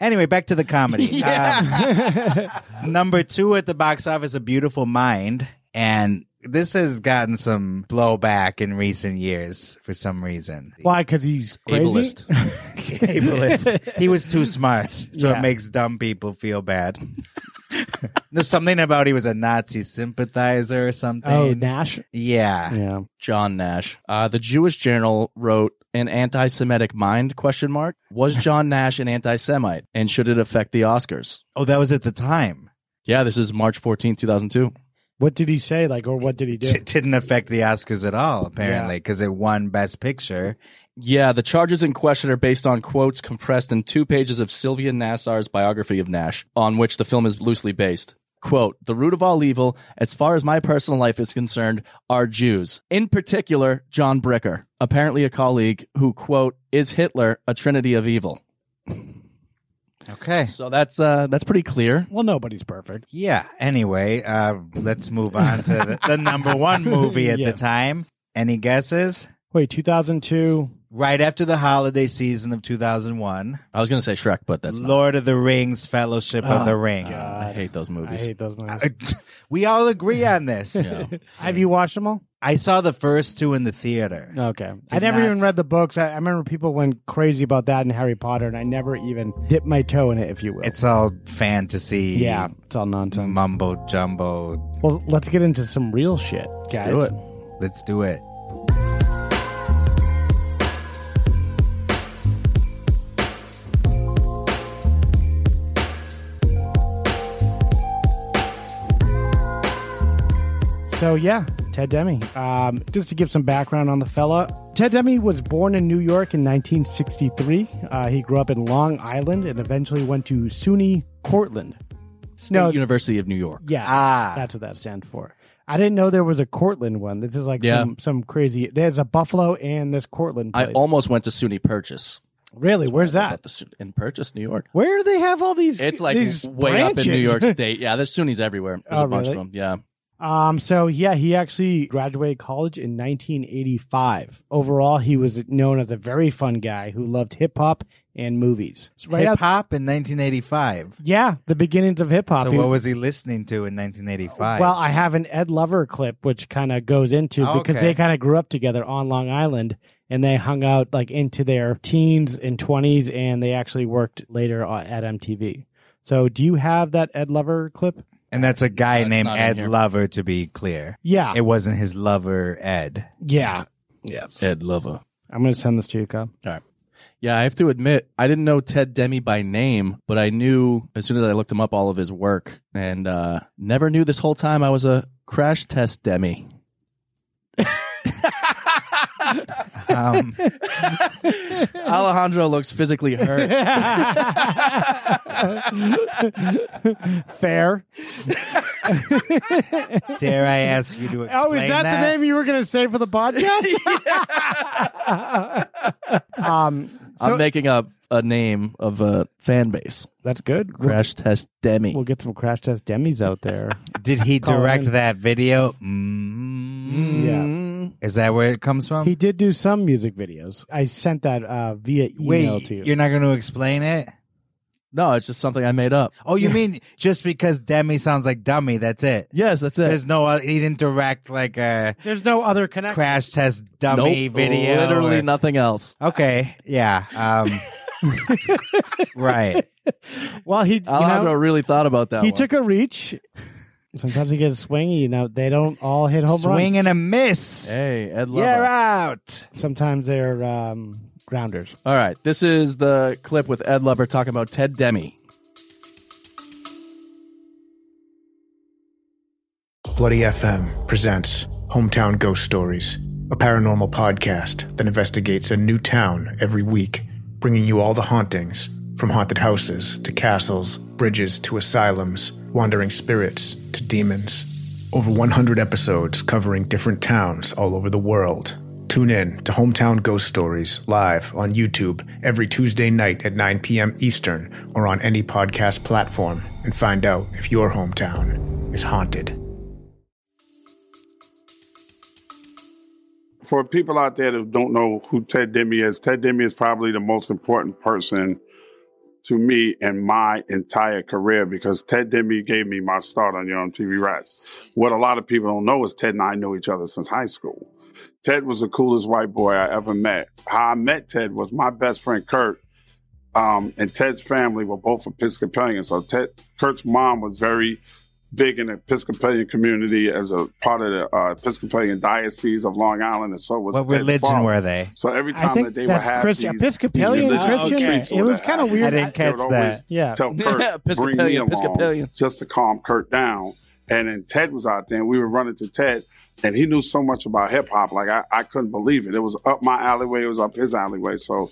Speaker 12: anyway, back to the
Speaker 13: (laughs)
Speaker 12: comedy.
Speaker 1: (laughs)
Speaker 12: Uh, Um, (laughs) number two at the box office, A Beautiful Mind. And this has gotten some blowback in recent years for some reason.
Speaker 1: Why? Because he's crazy? (laughs)
Speaker 11: ableist?
Speaker 12: (laughs) Ableist. he was too smart, so
Speaker 1: Yeah.
Speaker 12: it makes dumb people feel bad. There's something about he was a Nazi sympathizer or something.
Speaker 1: Oh, Nash.
Speaker 12: yeah.
Speaker 1: Yeah.
Speaker 11: John Nash. Uh, the Jewish Journal wrote an anti-Semitic mind question mark.
Speaker 1: (laughs)
Speaker 11: Was John Nash an anti-Semite, and should it affect the Oscars?
Speaker 12: Oh, that was at the time.
Speaker 11: Yeah, this is March 14, 2002.
Speaker 1: What did he say? Like, or what did he do?
Speaker 12: It didn't affect the Oscars at all, apparently, because it won Best Picture.
Speaker 11: Yeah, the charges in question are based on quotes compressed in two pages of Sylvia Nassar's biography of Nash, on which the film is loosely based. Quote, the root of all evil, as far as my personal life is concerned, are Jews. In particular, John Bricker, apparently a colleague who, quote, is Hitler a trinity of evil.
Speaker 12: Okay.
Speaker 11: So that's uh, that's pretty clear.
Speaker 1: Well, nobody's perfect.
Speaker 12: Yeah. Anyway, uh, let's move on to the, the number one movie at
Speaker 1: Yeah.
Speaker 12: the time. Any guesses?
Speaker 1: Wait, 2002.
Speaker 12: Right after the holiday season of 2001,
Speaker 11: I was gonna say Shrek, but that's not.
Speaker 12: Lord of the Rings, Fellowship of
Speaker 1: Oh,
Speaker 12: the Ring.
Speaker 1: God.
Speaker 11: I hate those
Speaker 1: I
Speaker 11: movies.
Speaker 1: hate those movies.
Speaker 12: (laughs) we all agree on this.
Speaker 11: Yeah.
Speaker 1: (laughs) Have you watched them all?
Speaker 12: I saw the first two in the theater.
Speaker 1: Okay. I
Speaker 12: Did
Speaker 1: never
Speaker 12: not
Speaker 1: even
Speaker 12: s-
Speaker 1: read the books. I, I remember people went crazy about that in Harry Potter, and I never even dipped my toe in it, if you will.
Speaker 12: It's all fantasy.
Speaker 1: yeah, it's all nonsense.
Speaker 12: Mumbo jumbo.
Speaker 1: Well, let's get into some real shit, guys.
Speaker 12: Let's do it. Let's do it.
Speaker 1: So yeah, Ted Demi. Um, just to give some background on the fella, Ted Demi was born in New York in 1963. Uh, he grew up in Long Island and eventually went to SUNY Cortland.
Speaker 11: State
Speaker 1: No.
Speaker 11: University of New York.
Speaker 1: Yeah,
Speaker 12: Ah.
Speaker 1: that's what that stands for. I didn't know there was a Cortland one. This is like
Speaker 11: Yeah.
Speaker 1: some, some crazy. There's a Buffalo and this Cortland. Place. Ah.
Speaker 11: I almost went to SUNY Purchase.
Speaker 1: really. Where's that?
Speaker 11: But the Su- in Purchase, New York.
Speaker 1: Where do they have all these?
Speaker 11: It's like
Speaker 1: these
Speaker 11: way up in New
Speaker 1: branches? (laughs)
Speaker 11: York State. Yeah, there's SUNYs everywhere. There's
Speaker 1: Oh,
Speaker 11: a bunch
Speaker 1: really?
Speaker 11: of them. Yeah.
Speaker 1: Um, so yeah, he actually graduated college in 1985. Overall, he was known as a very fun guy who loved hip hop and movies. So right
Speaker 12: Hip
Speaker 1: out-
Speaker 12: hop in 1985.
Speaker 1: yeah, the beginnings of hip hop.
Speaker 12: So what was he listening to in 1985?
Speaker 1: well, I have an Ed Lover clip which kind of goes into
Speaker 12: Oh,
Speaker 1: because
Speaker 12: okay.
Speaker 1: they kind of grew up together on Long Island and they hung out like into their teens and 20s and they actually worked later on- at MTV. So do you have that Ed Lover clip?
Speaker 12: and that's a guy
Speaker 11: That's
Speaker 12: named
Speaker 11: not in
Speaker 12: Ed
Speaker 11: here.
Speaker 12: Lover, to be clear.
Speaker 1: Yeah.
Speaker 12: It wasn't his lover, Ed.
Speaker 1: yeah. Yes.
Speaker 11: Ed Lover.
Speaker 1: I'm going to send this to you, Kyle.
Speaker 11: Yeah, I have to admit, I didn't know Ted Demi by name, but I knew as soon as I looked him up all of his work and uh, never knew this whole time I was a crash test Demi.
Speaker 1: (laughs)
Speaker 12: Um,
Speaker 11: (laughs) Alejandro looks
Speaker 1: (laughs)
Speaker 11: physically hurt.
Speaker 1: (laughs) Fair.
Speaker 12: dare I ask you to explain
Speaker 1: Oh, is that, the name you were going to say for
Speaker 12: (laughs)
Speaker 1: the podcast? (laughs) um, so-
Speaker 11: I'm making up a name of a fan base.
Speaker 1: that's good. We'll-
Speaker 11: Crash test Demi.
Speaker 1: We'll get some crash test demis out there.
Speaker 12: Did he
Speaker 1: (laughs) Call
Speaker 12: direct
Speaker 1: him.
Speaker 12: that video? mm
Speaker 11: Mm.
Speaker 12: Is that where it comes from?
Speaker 1: he did do some music videos. I sent that uh, via email
Speaker 12: Wait,
Speaker 1: to you.
Speaker 12: you're not going to explain it?
Speaker 11: No, it's just something I made up.
Speaker 12: Oh, you mean just because Demi sounds like dummy? That's it.
Speaker 11: Yes, that's it.
Speaker 12: There's no. oth- He didn't direct like a
Speaker 1: There's no other connection.
Speaker 12: crash test dummy
Speaker 11: Nope,
Speaker 12: video.
Speaker 11: Literally
Speaker 12: or-
Speaker 11: nothing else.
Speaker 12: Okay. Yeah.
Speaker 1: (laughs)
Speaker 12: Um, right.
Speaker 1: Well, he you
Speaker 11: Alejandro
Speaker 1: know,
Speaker 11: really thought about that.
Speaker 1: he
Speaker 11: one.
Speaker 1: took a reach. Sometimes he gets swingy. You know, they don't all hit home
Speaker 12: Swing
Speaker 1: runs.
Speaker 12: and a miss.
Speaker 11: Hey, Ed Lover.
Speaker 12: You're out.
Speaker 1: Sometimes they're um, grounders.
Speaker 11: All right, this is the clip with Ed Lover talking about Ted Demi.
Speaker 4: Bloody FM presents Hometown Ghost Stories, a paranormal podcast that investigates a new town every week, bringing you all the hauntings from haunted houses to castles, bridges to asylums, wandering spirits to demons. Over 100 episodes covering different towns all over the world. Tune in to Hometown Ghost Stories live on YouTube every Tuesday night at 9 p.m. Eastern or on any podcast platform and find out if your hometown is haunted.
Speaker 14: for people out there that don't know who Ted Demi is, Ted Demi is probably the most important person to me in my entire career because Ted Demi gave me my start on Young TV Rats. What a lot of people don't know is Ted and I know each other since high school. Ted was the coolest white boy I ever met. How I met Ted was my best friend Kurt um, and Ted's family were both Episcopalian. So Ted, Kurt's mom was very big in the Episcopalian community as a part of the uh, Episcopalian diocese of Long Island, and so was
Speaker 12: What
Speaker 14: Ted's
Speaker 12: religion
Speaker 14: father.
Speaker 12: were they?
Speaker 14: So every
Speaker 1: I
Speaker 14: time
Speaker 1: think
Speaker 14: that they would
Speaker 1: that's
Speaker 14: have
Speaker 1: Christian,
Speaker 14: these,
Speaker 1: Episcopalian,
Speaker 14: these religious
Speaker 1: Christian.
Speaker 14: retreats
Speaker 1: It
Speaker 14: or
Speaker 1: was
Speaker 14: that,
Speaker 1: kinda
Speaker 14: I-
Speaker 1: weird.
Speaker 12: I didn't
Speaker 14: they would
Speaker 12: catch
Speaker 14: always
Speaker 12: that.
Speaker 1: Yeah.
Speaker 14: Tell Kurt, bring me
Speaker 11: Episcopalian,
Speaker 14: along
Speaker 11: Episcopalian.
Speaker 14: just to calm Kurt down. And then Ted was out there, and we were running to Ted, and he knew so much about hip hop, like I, I couldn't believe it. It was up my alleyway, it was up his alleyway. So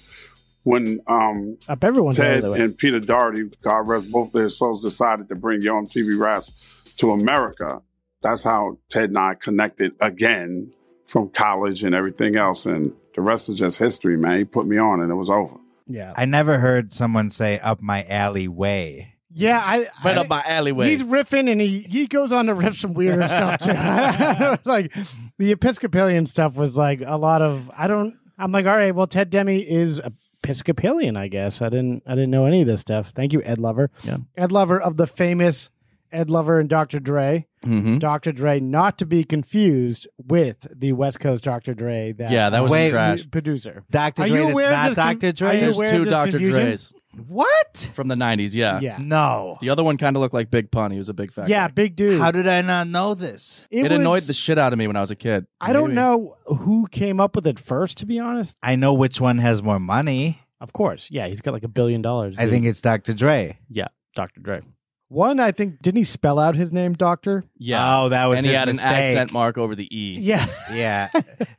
Speaker 14: when um,
Speaker 1: Up everyone's
Speaker 14: Ted
Speaker 1: alleyway.
Speaker 14: and Peter Doherty, God rest both their souls, decided to bring Yo TV Raps to America. That's how Ted and I connected again from college and everything else. And the rest is just history, man. He put me on and it was over.
Speaker 1: Yeah.
Speaker 12: I never heard someone say "up my alleyway."
Speaker 1: Yeah, I
Speaker 11: Right
Speaker 1: I-
Speaker 11: up my alleyway.
Speaker 1: He's riffing and he he goes on to riff some
Speaker 11: (laughs)
Speaker 1: weirder stuff too. (laughs) like the Episcopalian stuff was like a lot of I don't I'm like, all right, well Ted Demi is Episcopalian, I guess. I didn't I didn't know any of this stuff. Thank you, Ed Lover.
Speaker 11: Yeah.
Speaker 1: Ed Lover of the famous Ed Lover and Dr. Dre.
Speaker 11: Mhm.
Speaker 1: Dr. Dre, not to be confused with the West Coast Dr. Dre. That
Speaker 11: Yeah, that was
Speaker 12: Wait,
Speaker 11: trash.
Speaker 1: producer.
Speaker 12: Dr.
Speaker 1: Are
Speaker 12: Dre,
Speaker 1: you
Speaker 12: that's
Speaker 1: aware of
Speaker 12: not
Speaker 1: this con-
Speaker 12: Dr. Dre.
Speaker 1: are you
Speaker 12: There's
Speaker 1: aware
Speaker 11: Two
Speaker 1: of this
Speaker 11: Dr.
Speaker 1: confusion?
Speaker 11: Dre's
Speaker 12: What?
Speaker 11: from the 90s. Yeah.
Speaker 1: Yeah.
Speaker 12: No.
Speaker 11: The other one kind of looked like Big Pun. He was a big fat.
Speaker 1: Yeah,
Speaker 11: guy.
Speaker 1: big dude.
Speaker 12: How did I not know this?
Speaker 11: It,
Speaker 1: was-
Speaker 11: annoyed the shit out of me when I was a kid.
Speaker 1: I don't
Speaker 11: Maybe.
Speaker 1: know who came up with it first, to be honest.
Speaker 12: I know which one has more money.
Speaker 1: Of course. Yeah, he's got like a billion dollars.
Speaker 12: I
Speaker 1: dude.
Speaker 12: think it's Dr. Dre.
Speaker 1: Yeah, Dr. Dre. One, I think, didn't he spell out his name, Doctor? (laughs)
Speaker 11: Yeah.
Speaker 12: Oh, that was
Speaker 11: and he
Speaker 12: his
Speaker 11: had
Speaker 12: mistake.
Speaker 11: an accent mark over the E.
Speaker 1: Yeah.
Speaker 12: (laughs)
Speaker 1: (laughs)
Speaker 12: Yeah.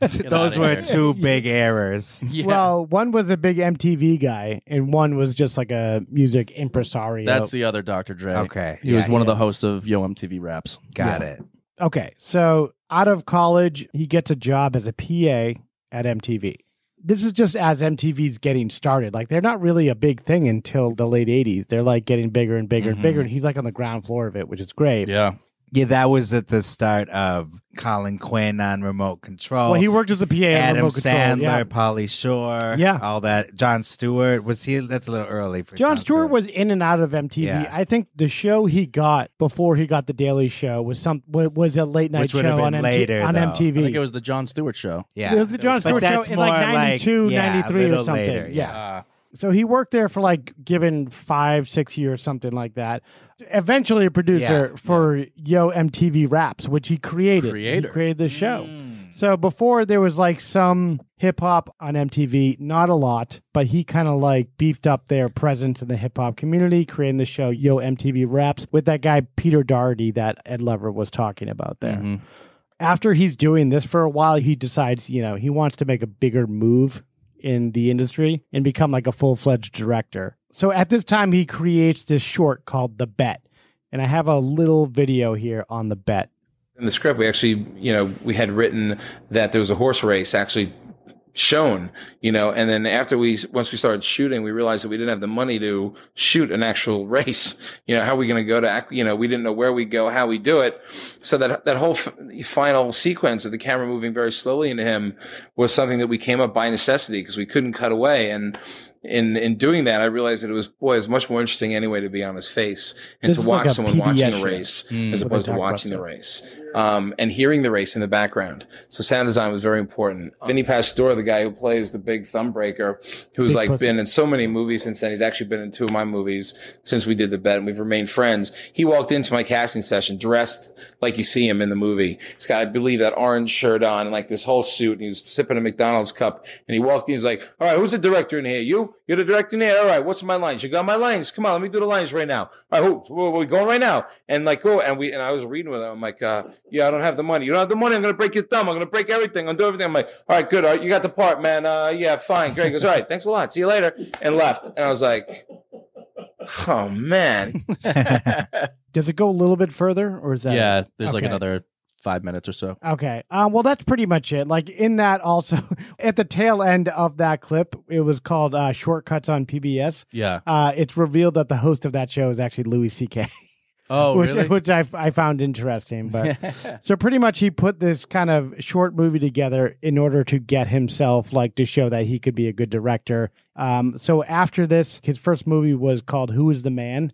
Speaker 11: outta
Speaker 12: (laughs) Those were
Speaker 11: here.
Speaker 12: two big errors.
Speaker 11: (laughs) Yeah.
Speaker 1: Well, one was a big MTV guy, and one was just like a music impresario.
Speaker 11: that's the other Dr. Dre.
Speaker 12: Okay.
Speaker 11: He was
Speaker 12: Yeah,
Speaker 11: one of the hosts of Yo MTV Raps.
Speaker 12: Got it.
Speaker 1: okay. So out of college, he gets a job as a PA at MTV. This is just as MTV's getting started. Like they're not really a big thing until the late '80s. They're like getting bigger and bigger and
Speaker 12: Mhm.
Speaker 11: Mm-hmm.
Speaker 1: bigger, and he's like on the ground floor of it, which is great.
Speaker 11: Yeah.
Speaker 12: Yeah, that was at the start of Colin Quinn on remote control.
Speaker 11: Oh,
Speaker 1: Well, he worked as a PA. on
Speaker 12: Adam
Speaker 1: remote control,
Speaker 12: Sandler,
Speaker 1: yeah.
Speaker 12: Polly Shore,
Speaker 1: Yeah.
Speaker 12: all that. John Stewart was he? That's a little early for
Speaker 1: John Stewart was in and out of MTV.
Speaker 12: Yeah.
Speaker 1: I think the show he got before he got the Daily Show was some wa- was a late night
Speaker 12: Which
Speaker 1: show
Speaker 12: would have
Speaker 1: on,
Speaker 12: been
Speaker 1: MT-
Speaker 12: later,
Speaker 1: on
Speaker 12: though.
Speaker 11: I
Speaker 1: MTV.
Speaker 11: think it was the John Stewart show.
Speaker 12: Yeah,
Speaker 1: It was the John
Speaker 11: But
Speaker 1: Stewart show
Speaker 12: that's
Speaker 1: in like
Speaker 12: more like-
Speaker 1: 92,
Speaker 12: yeah, a
Speaker 1: 93 or
Speaker 12: little
Speaker 1: something.
Speaker 12: later,
Speaker 1: yeah.
Speaker 11: Uh,
Speaker 1: So he worked there for like given five, six years, something like that. Eventually a producer for Yo MTV Raps, which he created.
Speaker 11: Creator.
Speaker 1: He created the show. So before there was like some hip hop on MTV, not a lot, but he kind of like beefed up their presence in the hip hop community, creating the show Yo MTV Raps with that guy Peter Doherty that Ed Lover was talking about there.
Speaker 11: mhm.
Speaker 1: After he's doing this for a while, he decides, you know, he wants to make a bigger move in the industry and become like a full fledged director. So at this time, he creates this short called The Bet. And I have a little video here on The Bet.
Speaker 15: in the script we actually you know we had written that there was a horse race actually shown you know and then after we once we started shooting we realized that we didn't have the money to shoot an actual (laughs) race you know how are we going to go to ac- you know we didn't know where we go how we do it so that that whole f- final sequence of the camera moving very slowly into him was something that we came up by necessity because we couldn't cut away and in in doing that i realized that it was boy it was much more interesting anyway to be on his face and
Speaker 1: This
Speaker 15: to
Speaker 1: is like
Speaker 15: watch
Speaker 1: a
Speaker 15: someone
Speaker 1: PBS
Speaker 15: watching
Speaker 1: show.
Speaker 15: a race
Speaker 11: Mm.
Speaker 15: as
Speaker 1: That's what they
Speaker 15: opposed to
Speaker 1: talk about
Speaker 15: watching the
Speaker 1: still.
Speaker 15: race um, and hearing the race in the background. So sound design was very important. Vinny Pastore, the guy who plays the big thumb breaker, who's
Speaker 1: Big
Speaker 15: like
Speaker 1: pussy.
Speaker 15: been in so many movies since then. He's actually been in two of my movies since we did the bet, and we've remained friends. He walked into my casting session dressed like you see him in the movie. He's got, I believe, that orange shirt on and like this whole suit. And he was sipping a McDonald's cup, and he walked in. He's like, "All right, who's the director in here? You? You're the director in here. All right, what's my lines? You got my lines? Come on, let me do the lines right now. All right, who, where are we going right now?" And like, go and we and I was reading with him. I'm like, uh, "Yeah, I don't have the money. You don't have the money. I'm gonna break your thumb. I'm gonna break everything. I'm gonna do everything." I'm like, "All right, good. All right, you got the part, man. Uh, yeah, fine, great." He goes, "All right, thanks a lot. See you later," and left. And I was like, "Oh man."
Speaker 1: Does it go a little bit further or is that?
Speaker 11: yeah. There's like
Speaker 1: Okay.
Speaker 11: another five minutes or so.
Speaker 1: Okay. Um, well, that's pretty much it. Like in that, also (laughs) at the tail end of that clip, it was called uh, "Shortcuts on PBS."
Speaker 11: Yeah.
Speaker 1: Uh, it's revealed that the host of that show is actually Louis C.K., (laughs) (laughs)
Speaker 11: Oh,
Speaker 1: which
Speaker 11: really?
Speaker 1: which I, I found
Speaker 12: (laughs)
Speaker 1: interesting. But so pretty much, he put this kind of short movie together in order to get himself like to show that he could be a good director. Um, so after this, his first movie was called "Who Is the Man."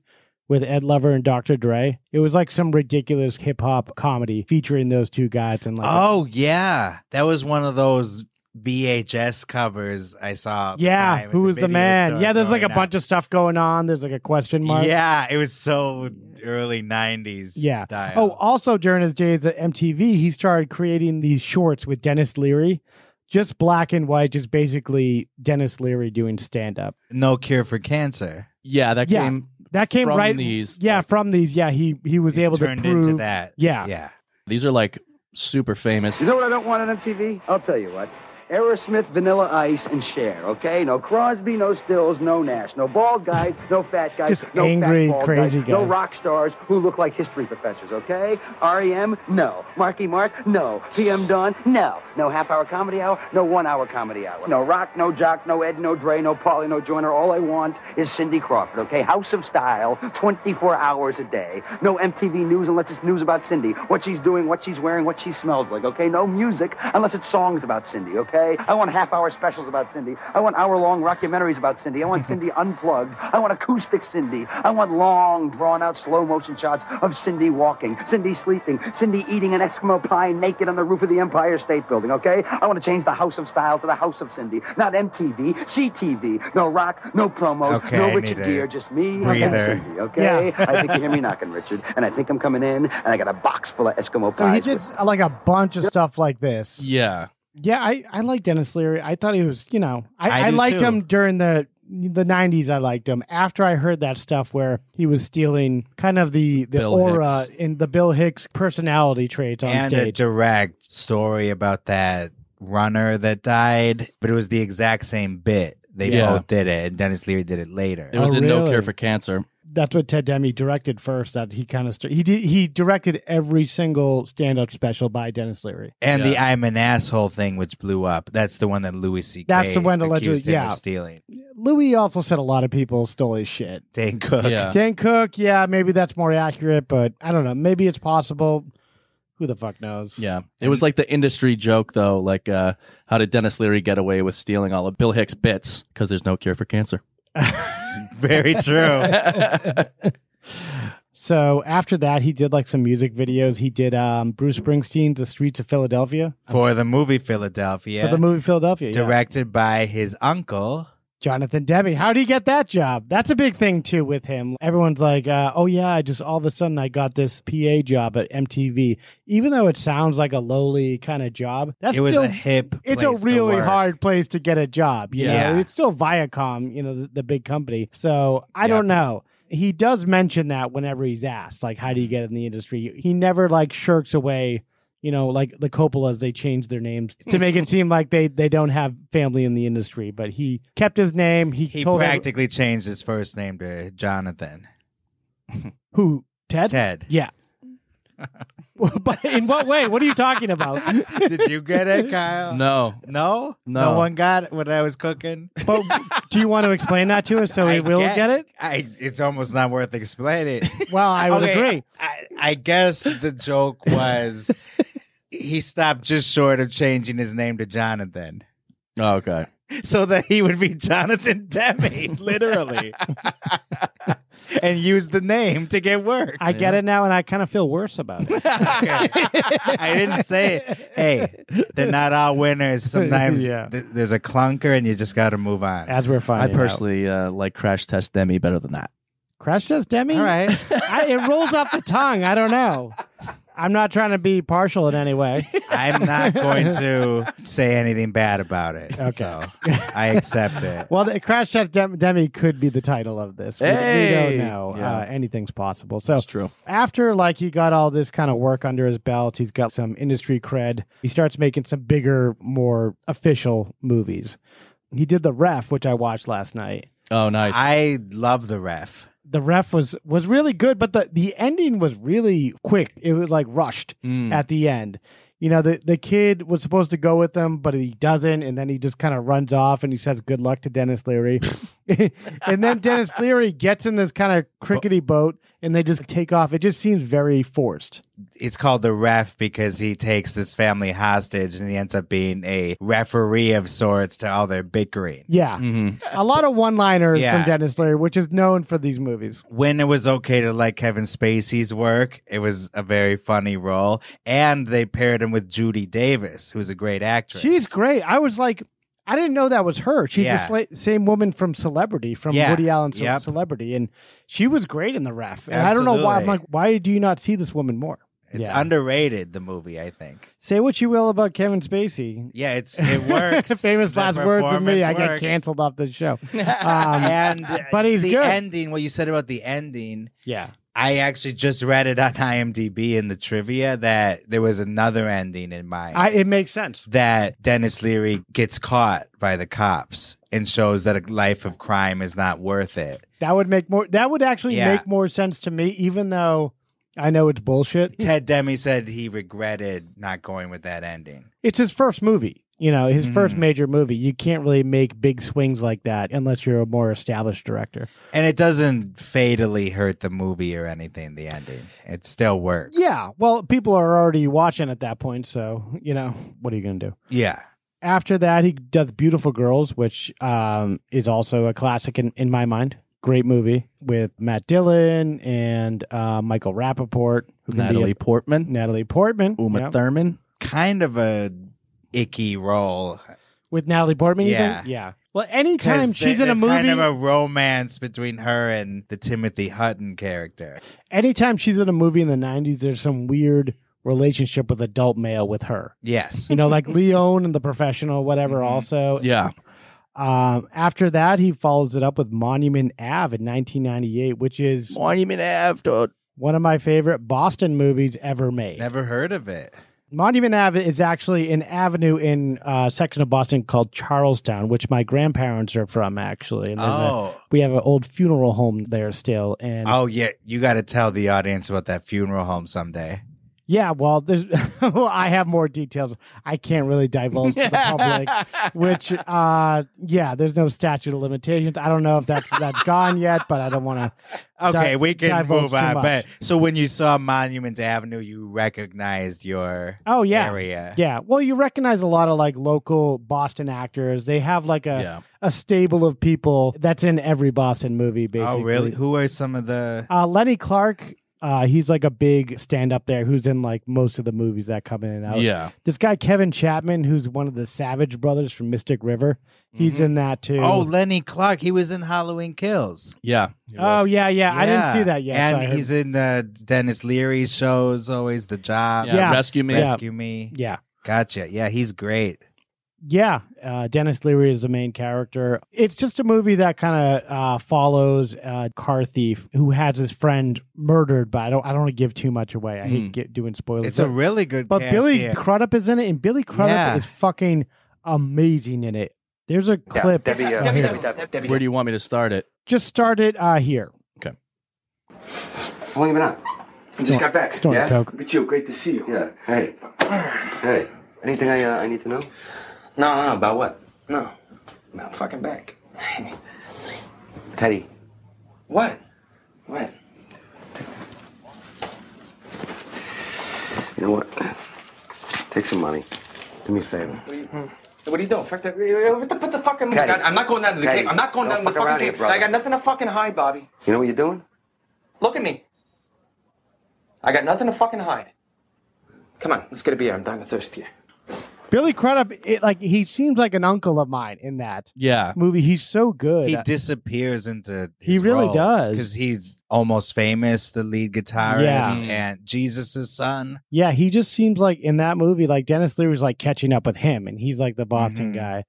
Speaker 1: With Ed Lover and Dr. Dre, it was like some ridiculous hip hop comedy featuring those two guys and like a-
Speaker 12: Oh yeah, that was one of those VHS covers I saw. at the
Speaker 1: Yeah,
Speaker 12: time at
Speaker 1: who was the
Speaker 12: video
Speaker 1: man?
Speaker 12: store
Speaker 1: Yeah, there's like a
Speaker 12: growing
Speaker 1: bunch
Speaker 12: up.
Speaker 1: of stuff going on. There's like a question mark.
Speaker 12: Yeah, it was so early '90s.
Speaker 1: Yeah.
Speaker 12: Style.
Speaker 1: Oh, also during his days at MTV, he started creating these shorts with Dennis Leary, just black and white, just basically Dennis Leary doing stand up.
Speaker 12: no cure for cancer.
Speaker 11: yeah. That
Speaker 1: yeah.
Speaker 11: came.
Speaker 1: That came
Speaker 11: From
Speaker 1: right.
Speaker 11: these,
Speaker 1: yeah, from these. Yeah, he he was
Speaker 12: It
Speaker 1: able to
Speaker 12: turned
Speaker 1: prove
Speaker 12: into that.
Speaker 1: Yeah.
Speaker 12: yeah.
Speaker 11: These are like super famous.
Speaker 16: You know what I don't want on MTV? I'll tell you what. Aerosmith, Vanilla Ice, and Cher. Okay, no Crosby, no Stills, no Nash, no bald guys, no fat guys,
Speaker 1: Just
Speaker 16: no
Speaker 1: angry,
Speaker 16: fat bald
Speaker 1: crazy
Speaker 16: guys, no
Speaker 1: guy.
Speaker 16: rock stars who look like history professors. Okay, REM, no, Marky Mark, no, PM Dawn, no, no half-hour comedy hour, no one-hour comedy hour, no rock, no jock, no Ed, no Dre, no Paulie, no Joyner. All I want is Cindy Crawford. Okay, House of Style, 24 hours a day. No MTV news unless it's news about Cindy, what she's doing, what she's wearing, what she smells like. Okay, no music unless it's songs about Cindy. Okay, I want half-hour specials about Cindy. I want hour-long documentaries about Cindy. I
Speaker 1: (laughs)
Speaker 16: want Cindy unplugged. I want acoustic Cindy. I want long, drawn-out, slow-motion shots of Cindy walking, Cindy sleeping, Cindy eating an Eskimo pie naked on the roof of the Empire State Building. Okay, I want to change the House of Style to the House of Cindy, not MTV, CTV. No rock, no promos,
Speaker 12: Okay, I
Speaker 16: no
Speaker 12: need
Speaker 16: Richard
Speaker 12: a
Speaker 16: Gere, just me and
Speaker 12: breather.
Speaker 16: Cindy. Okay,
Speaker 1: Yeah.
Speaker 16: I think you hear me knocking, Richard, and I think I'm coming in, and I got a box full of Eskimo
Speaker 1: So he
Speaker 16: pies.
Speaker 1: did like a bunch of stuff like this.
Speaker 11: Yeah.
Speaker 1: Yeah, I, I like Dennis Leary. I thought he was, you know, I,
Speaker 12: I
Speaker 1: I,
Speaker 12: do
Speaker 1: liked
Speaker 12: too.
Speaker 1: him during the the nineties. I liked him after I heard that stuff where he was stealing kind of the the
Speaker 12: Bill
Speaker 1: aura
Speaker 12: Hicks.
Speaker 1: and the Bill Hicks personality traits on
Speaker 12: and a
Speaker 1: stage.
Speaker 12: direct story about that runner that died, but it was the exact same bit. They
Speaker 11: Yeah.
Speaker 12: both did it, and Dennis Leary did it later.
Speaker 11: It was
Speaker 1: Oh,
Speaker 11: in No
Speaker 1: really?
Speaker 11: Cure for Cancer.
Speaker 1: That's what Ted Demi directed first. That he kind of st- he did, he directed every single stand up special by Dennis Leary.
Speaker 12: and the "I'm an asshole" thing, which blew up. That's the one that Louis C.K.
Speaker 1: That's the one allegedly-
Speaker 12: accused him
Speaker 1: yeah.
Speaker 12: of stealing.
Speaker 1: Louis also said a lot of people stole his shit.
Speaker 12: Dan Cook.
Speaker 1: Dan Cook, yeah, maybe that's more accurate, but I don't know. Maybe it's possible. Who the fuck knows?
Speaker 11: Yeah. It was like the industry joke, though. Like, uh, how did Dennis Leary get away with stealing all of Bill Hicks' bits? Because there's no cure for cancer.
Speaker 12: (laughs) Very true.
Speaker 1: (laughs) So after that, he did like some music videos. He did um, Bruce Springsteen's "The Streets of Philadelphia"
Speaker 12: For the movie Philadelphia.
Speaker 1: for the movie Philadelphia. yeah.
Speaker 12: Directed by his uncle.
Speaker 1: Jonathan Demme. How did he get that job? That's a big thing too with him. Everyone's like, uh, "Oh yeah, I just all of a sudden I got this PA job at MTV." Even though it sounds like a lowly kind of job, that's
Speaker 12: it was
Speaker 1: still
Speaker 12: a hip.
Speaker 1: it's a
Speaker 12: place to
Speaker 1: really
Speaker 12: work.
Speaker 1: hard place to get a job. You
Speaker 12: Yeah.
Speaker 1: know? it's still Viacom, you know, the, the big company. So I don't know. He does mention that whenever he's asked, like,
Speaker 12: Mm.
Speaker 1: how do you get in the industry? He never like shirks away. You know, like the Coppolas, they changed their names to make it seem like they they don't have family in the industry. But he kept his name. He,
Speaker 12: He
Speaker 1: told every-
Speaker 12: practically changed his first name to Jonathan.
Speaker 1: (laughs) who Ted.
Speaker 12: Ted. (laughs)
Speaker 1: Yeah. but in what way? What are you talking about?
Speaker 12: Did you get it, Kyle? (laughs)
Speaker 11: No.
Speaker 12: No?
Speaker 11: No.
Speaker 12: one got what I was cooking?
Speaker 1: But do you want to explain that to us so we
Speaker 12: I
Speaker 1: will get, it?
Speaker 12: I, it's almost not worth explaining.
Speaker 1: (laughs) Well, I would
Speaker 12: Okay,
Speaker 1: agree.
Speaker 12: I, I guess the joke was he stopped just short of changing his name to Jonathan
Speaker 11: Oh, okay.
Speaker 12: so that he would be Jonathan Demi,
Speaker 1: (laughs)
Speaker 12: literally, and use the name to get work.
Speaker 1: I get it now, and I kind of feel worse about it.
Speaker 12: (laughs) I didn't say it. Hey, they're not all winners. Sometimes
Speaker 1: (laughs) Yeah.
Speaker 12: th- there's a clunker and you just got to move on.
Speaker 1: As we're
Speaker 11: I
Speaker 1: finding out.
Speaker 11: personally uh, like Crash Test Demi better than that.
Speaker 1: Crash Test Demi?
Speaker 12: All right.
Speaker 1: I, it rolls off the tongue. I don't know. I'm not trying to be partial in any way.
Speaker 12: I'm not
Speaker 1: (laughs)
Speaker 12: going to say anything bad about it.
Speaker 1: Okay.
Speaker 12: So I accept it.
Speaker 1: (laughs) Well, the Crash Test Dem- Demi could be the title of this. We, we
Speaker 11: Hey!
Speaker 1: don't know.
Speaker 11: Yeah.
Speaker 1: Uh, anything's possible. So
Speaker 11: That's true.
Speaker 1: after like he got all this kind of work under his belt, he's got some industry cred. He starts making some bigger, more official movies. He did the Ref, which I watched last night.
Speaker 11: Oh, nice.
Speaker 12: I love the ref.
Speaker 1: the ref was was really good, but the the ending was really quick. It was like rushed
Speaker 11: Mm.
Speaker 1: at the end. You know, the the kid was supposed to go with him, but he doesn't, and then he just kind of runs off and he says good luck to Dennis Leary. (laughs) and then Dennis Leary gets in this kind of crickety boat and they just take off. It just seems very forced.
Speaker 12: It's called the ref because he takes this family hostage and he ends up being a referee of sorts to all their bickering.
Speaker 1: Yeah.
Speaker 11: Mm-hmm.
Speaker 1: A lot of one liners
Speaker 12: Mm. Yeah.
Speaker 1: from Dennis Leary, which is known for these movies.
Speaker 12: When it was okay to like Kevin Spacey's work, it was a very funny role. And they paired him with Judy Davis, who's a great actress.
Speaker 1: She's great. I was like, I didn't know that was her. She's
Speaker 12: Yeah.
Speaker 1: the sla- same woman from Celebrity, from
Speaker 12: Yeah.
Speaker 1: Woody Allen's Ce-
Speaker 12: Yep.
Speaker 1: Celebrity, and she was great in the ref. And I don't know why. I'm like,
Speaker 12: Absolutely.
Speaker 1: why do you not see this woman more?
Speaker 12: It's
Speaker 1: Yeah.
Speaker 12: underrated, the movie, I think.
Speaker 1: Say what you will about Kevin Spacey.
Speaker 12: Yeah, it's it works.
Speaker 1: (laughs) Famous
Speaker 12: The
Speaker 1: last words of me. I
Speaker 12: performance
Speaker 1: get
Speaker 12: works. (laughs)
Speaker 1: canceled off this show. (laughs) Um,
Speaker 12: and
Speaker 1: but he's
Speaker 12: the
Speaker 1: good.
Speaker 12: ending, what you said about the ending,
Speaker 1: yeah.
Speaker 12: I actually just read it on (laughs) IMDb in the trivia that there was another ending in mind.
Speaker 1: I, it makes sense.
Speaker 12: That Dennis Leary gets caught by the cops and shows that a life of crime is not worth it.
Speaker 1: That would make more. That would actually
Speaker 12: Yeah.
Speaker 1: make more sense to me, even though I know it's bullshit. (laughs)
Speaker 12: Ted Demi said he regretted not going with that ending.
Speaker 1: It's his first movie. You know, his first
Speaker 12: Mhm.
Speaker 1: major movie. You can't really make big swings like that unless you're a more established director.
Speaker 12: And it doesn't fatally hurt the movie or anything, the ending. It still works.
Speaker 1: Yeah. Well, people are already watching at that point, so you know what are you going to do?
Speaker 12: Yeah.
Speaker 1: After that, he does "Beautiful Girls," which um, is also a classic in, in my mind. Great movie with Matt Dillon and uh, Michael Rappaport, who can be
Speaker 11: Natalie
Speaker 1: a-
Speaker 11: Portman,
Speaker 1: Natalie Portman,
Speaker 11: Uma
Speaker 1: yeah.
Speaker 11: Thurman.
Speaker 12: Kind of a icky role.
Speaker 1: with Natalie Portman. you
Speaker 12: Yeah.
Speaker 1: think? yeah. Well, anytime
Speaker 12: 'Cause
Speaker 1: she's
Speaker 12: there-
Speaker 1: in a
Speaker 12: there's
Speaker 1: movie,
Speaker 12: kind of a romance between her and the Timothy Hutton character.
Speaker 1: anytime she's in a movie in the '90s, there's some weird relationship with adult male with her.
Speaker 12: Yes. Mm-hmm.
Speaker 1: You
Speaker 12: (laughs)
Speaker 1: know, like Leon and The Professional, whatever. Also,
Speaker 11: Yeah.
Speaker 1: Um, after that, he follows it up with Monument Ave in 1998, which is
Speaker 11: Monument Ave,
Speaker 1: one of my favorite Boston movies ever made.
Speaker 12: Never heard of it.
Speaker 1: Monument Ave is actually an avenue in a section of Boston called Charlestown, which my grandparents are from, actually. And there's a-
Speaker 12: Oh.
Speaker 1: we have an old funeral home there still. And
Speaker 12: Oh yeah, you got to tell the audience about that funeral home someday.
Speaker 1: yeah, well, there's, (laughs) well, I have more details. I can't really divulge to the public,
Speaker 12: (laughs)
Speaker 1: which, uh, yeah, there's no statute of limitations. I don't know if that's that's gone yet, but I don't want to.
Speaker 12: Okay, we can move on. But so when you saw Monument Avenue, you recognized your
Speaker 1: Oh yeah,
Speaker 12: area.
Speaker 1: yeah. Well, you recognize a lot of like local Boston actors. They have like a a stable of people that's in every Boston movie. Basically,
Speaker 12: Oh really? Who are some of the?
Speaker 1: Uh, Lenny Clark. Uh, he's like a big stand up there who's in like most of the movies that come in and out.
Speaker 11: Yeah.
Speaker 1: This guy, Kevin Chapman, who's one of the Savage brothers from Mystic River, he's in that too.
Speaker 12: Oh, Lenny Clark. He was in Halloween Kills.
Speaker 11: Yeah.
Speaker 1: Oh, yeah, yeah, I didn't see that yet. so I
Speaker 12: And
Speaker 1: heard-
Speaker 12: he's in the Dennis Leary shows. Always the job.
Speaker 11: Yeah, Yeah. Rescue Me.
Speaker 12: Rescue me.
Speaker 1: yeah.
Speaker 12: Gotcha. Yeah, he's great.
Speaker 1: Yeah, uh, Dennis Leary is the main character. It's just a movie that kind of uh, follows a car thief who has his friend murdered, but I don't. I don't want to give too much away. I hate
Speaker 12: Mm.
Speaker 1: get, doing spoilers.
Speaker 12: It's a
Speaker 1: But-
Speaker 12: really good.
Speaker 1: But
Speaker 12: cast
Speaker 1: Billy
Speaker 12: here.
Speaker 1: Crudup is in it, and Billy Crudup
Speaker 12: Yeah.
Speaker 1: is fucking amazing in it. There's a clip.
Speaker 11: Where do you want me to start it?
Speaker 1: Just start it uh, here.
Speaker 11: Okay.
Speaker 17: How long you been out?
Speaker 1: I just got back, Stone yeah? Coke.
Speaker 17: Look at you. Great to see you. Yeah. Hey. Hey. Anything I uh, I need to know? No, no, about what? No. No, I'm fucking back. (laughs) Teddy. What? What? You know what? Take some money. Do me a favor.
Speaker 15: What are you doing? Fuck that. Hmm. What the, what the fucking. God, I'm not going down to the
Speaker 17: Teddy,
Speaker 15: cave. I'm not going
Speaker 17: don't
Speaker 15: down to the
Speaker 17: fuck around
Speaker 15: fucking
Speaker 17: here,
Speaker 15: cave.
Speaker 17: brother.
Speaker 15: I got nothing to fucking hide, Bobby.
Speaker 17: You know what you're doing?
Speaker 15: Look at me. I got nothing to fucking hide. Come on, let's get a beer. I'm dying of thirst here.
Speaker 1: Billy Crudup, it, like he seems like an uncle of mine in that
Speaker 11: Yeah.
Speaker 1: movie. He's so good.
Speaker 12: he
Speaker 1: I-
Speaker 12: disappears into
Speaker 1: He really does.
Speaker 12: because he's almost famous the lead guitarist
Speaker 1: Yeah.
Speaker 12: and jesus' son
Speaker 1: Yeah, he just seems like in that movie, like Dennis Leary was like catching up with him, and he's like the Boston
Speaker 12: Mm-hmm.